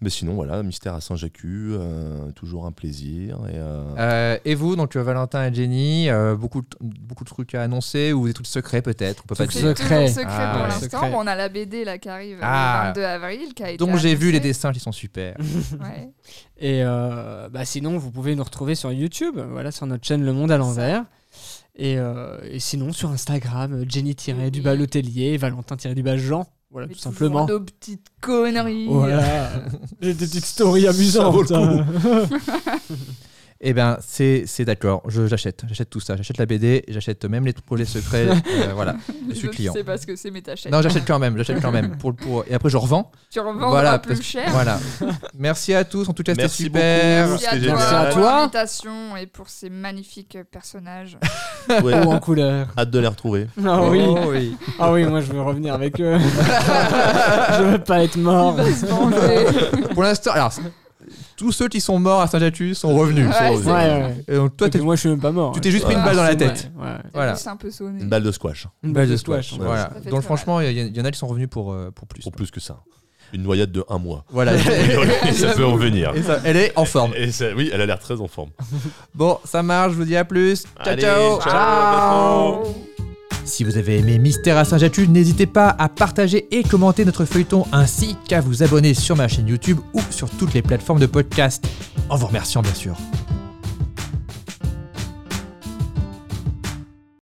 [SPEAKER 2] mais sinon voilà, Mystère à Saint-Jacques, euh, toujours un plaisir. Et, euh,
[SPEAKER 1] Euh, et vous donc euh, Valentin et Jenny euh, beaucoup de, beaucoup de trucs à annoncer ou vous êtes toutes secrets peut-être on peut pas
[SPEAKER 4] Toutes
[SPEAKER 1] dire.
[SPEAKER 8] C'est
[SPEAKER 4] secret.
[SPEAKER 8] secret. secret
[SPEAKER 1] Ah,
[SPEAKER 8] pour
[SPEAKER 1] ouais.
[SPEAKER 8] l'instant.
[SPEAKER 4] Secret.
[SPEAKER 8] Bon, On a la BD là qui arrive
[SPEAKER 1] Ah.
[SPEAKER 8] le 22 avril. Qui a été
[SPEAKER 1] Donc j'ai vu les
[SPEAKER 8] annoncée.
[SPEAKER 1] dessins qui sont super.
[SPEAKER 8] Ouais.
[SPEAKER 4] Et euh, bah sinon, vous pouvez nous retrouver sur YouTube, voilà, sur notre chaîne Le Monde à l'envers. Et, euh, et sinon, sur Instagram, Jenny-du-bas l'hôtelier, Valentin-du-bas Jean, voilà,
[SPEAKER 8] Mais
[SPEAKER 4] tout
[SPEAKER 8] toujours
[SPEAKER 4] simplement.
[SPEAKER 8] Nos petites conneries.
[SPEAKER 4] Voilà, des petites stories
[SPEAKER 2] Ça vaut
[SPEAKER 4] amusantes.
[SPEAKER 2] le
[SPEAKER 4] hein.
[SPEAKER 1] Eh ben, c'est c'est d'accord. Je- J'achète, j'achète tout ça. J'achète la BD, j'achète même les projets secrets. euh, voilà, je suis
[SPEAKER 8] Sauf que
[SPEAKER 1] client.
[SPEAKER 8] Tu sais pas ce que c'est, mais t'achètes.
[SPEAKER 1] Non, j'achète quand même, j'achète quand même. Pour, pour... Et après, je revends.
[SPEAKER 8] Tu revendras
[SPEAKER 1] voilà,
[SPEAKER 8] plus
[SPEAKER 1] parce-
[SPEAKER 8] cher.
[SPEAKER 1] Voilà. Merci à tous. En tout cas, c'était
[SPEAKER 2] Merci
[SPEAKER 1] super.
[SPEAKER 2] beaucoup.
[SPEAKER 8] Merci à
[SPEAKER 2] C'était
[SPEAKER 8] toi,
[SPEAKER 4] génial.
[SPEAKER 8] pour
[SPEAKER 4] Merci à toi.
[SPEAKER 8] l'invitation et pour ces magnifiques personnages.
[SPEAKER 2] ouais,
[SPEAKER 4] Haut en couleur.
[SPEAKER 2] hâte de les retrouver.
[SPEAKER 4] Ah
[SPEAKER 1] Oh,
[SPEAKER 4] oui,
[SPEAKER 1] oui.
[SPEAKER 4] ah oui, moi je veux revenir avec eux. je veux pas être mort.
[SPEAKER 1] Pour l'instant, alors, c'est- tous ceux qui sont morts à Saint-Jacques sont revenus.
[SPEAKER 8] Ouais,
[SPEAKER 4] Ouais, ouais.
[SPEAKER 1] Et donc, toi,
[SPEAKER 4] Et puis
[SPEAKER 1] t'es-
[SPEAKER 4] moi je suis même pas mort. Ah,
[SPEAKER 1] tu t'es juste pris
[SPEAKER 8] Ouais.
[SPEAKER 1] une balle dans la
[SPEAKER 4] C'est
[SPEAKER 1] tête.
[SPEAKER 4] vrai, ouais.
[SPEAKER 1] Voilà.
[SPEAKER 8] C'est un peu sonné.
[SPEAKER 2] Une balle de squash
[SPEAKER 4] Une
[SPEAKER 1] Balle
[SPEAKER 4] balle de squash.
[SPEAKER 2] ouais.
[SPEAKER 1] Voilà.
[SPEAKER 8] Ça fait
[SPEAKER 1] Donc,
[SPEAKER 8] très mal.
[SPEAKER 1] franchement, il y, a- il y en a qui sont revenus pour, euh, pour plus.
[SPEAKER 2] pour plus que ça. Une noyade de un mois.
[SPEAKER 1] Voilà.
[SPEAKER 2] Et ça peut revenir.
[SPEAKER 1] Et ça- elle est en forme.
[SPEAKER 2] Et ça- oui, elle a l'air très en forme.
[SPEAKER 1] Bon, ça marche, je vous dis à plus. Ciao,
[SPEAKER 2] Allez,
[SPEAKER 1] ciao.
[SPEAKER 2] ciao, à bientôt.
[SPEAKER 1] Si vous avez aimé Mystère à Saint-Jatu, n'hésitez pas à partager et commenter notre feuilleton ainsi qu'à vous abonner sur ma chaîne YouTube ou sur toutes les plateformes de podcast. En vous remerciant, bien sûr.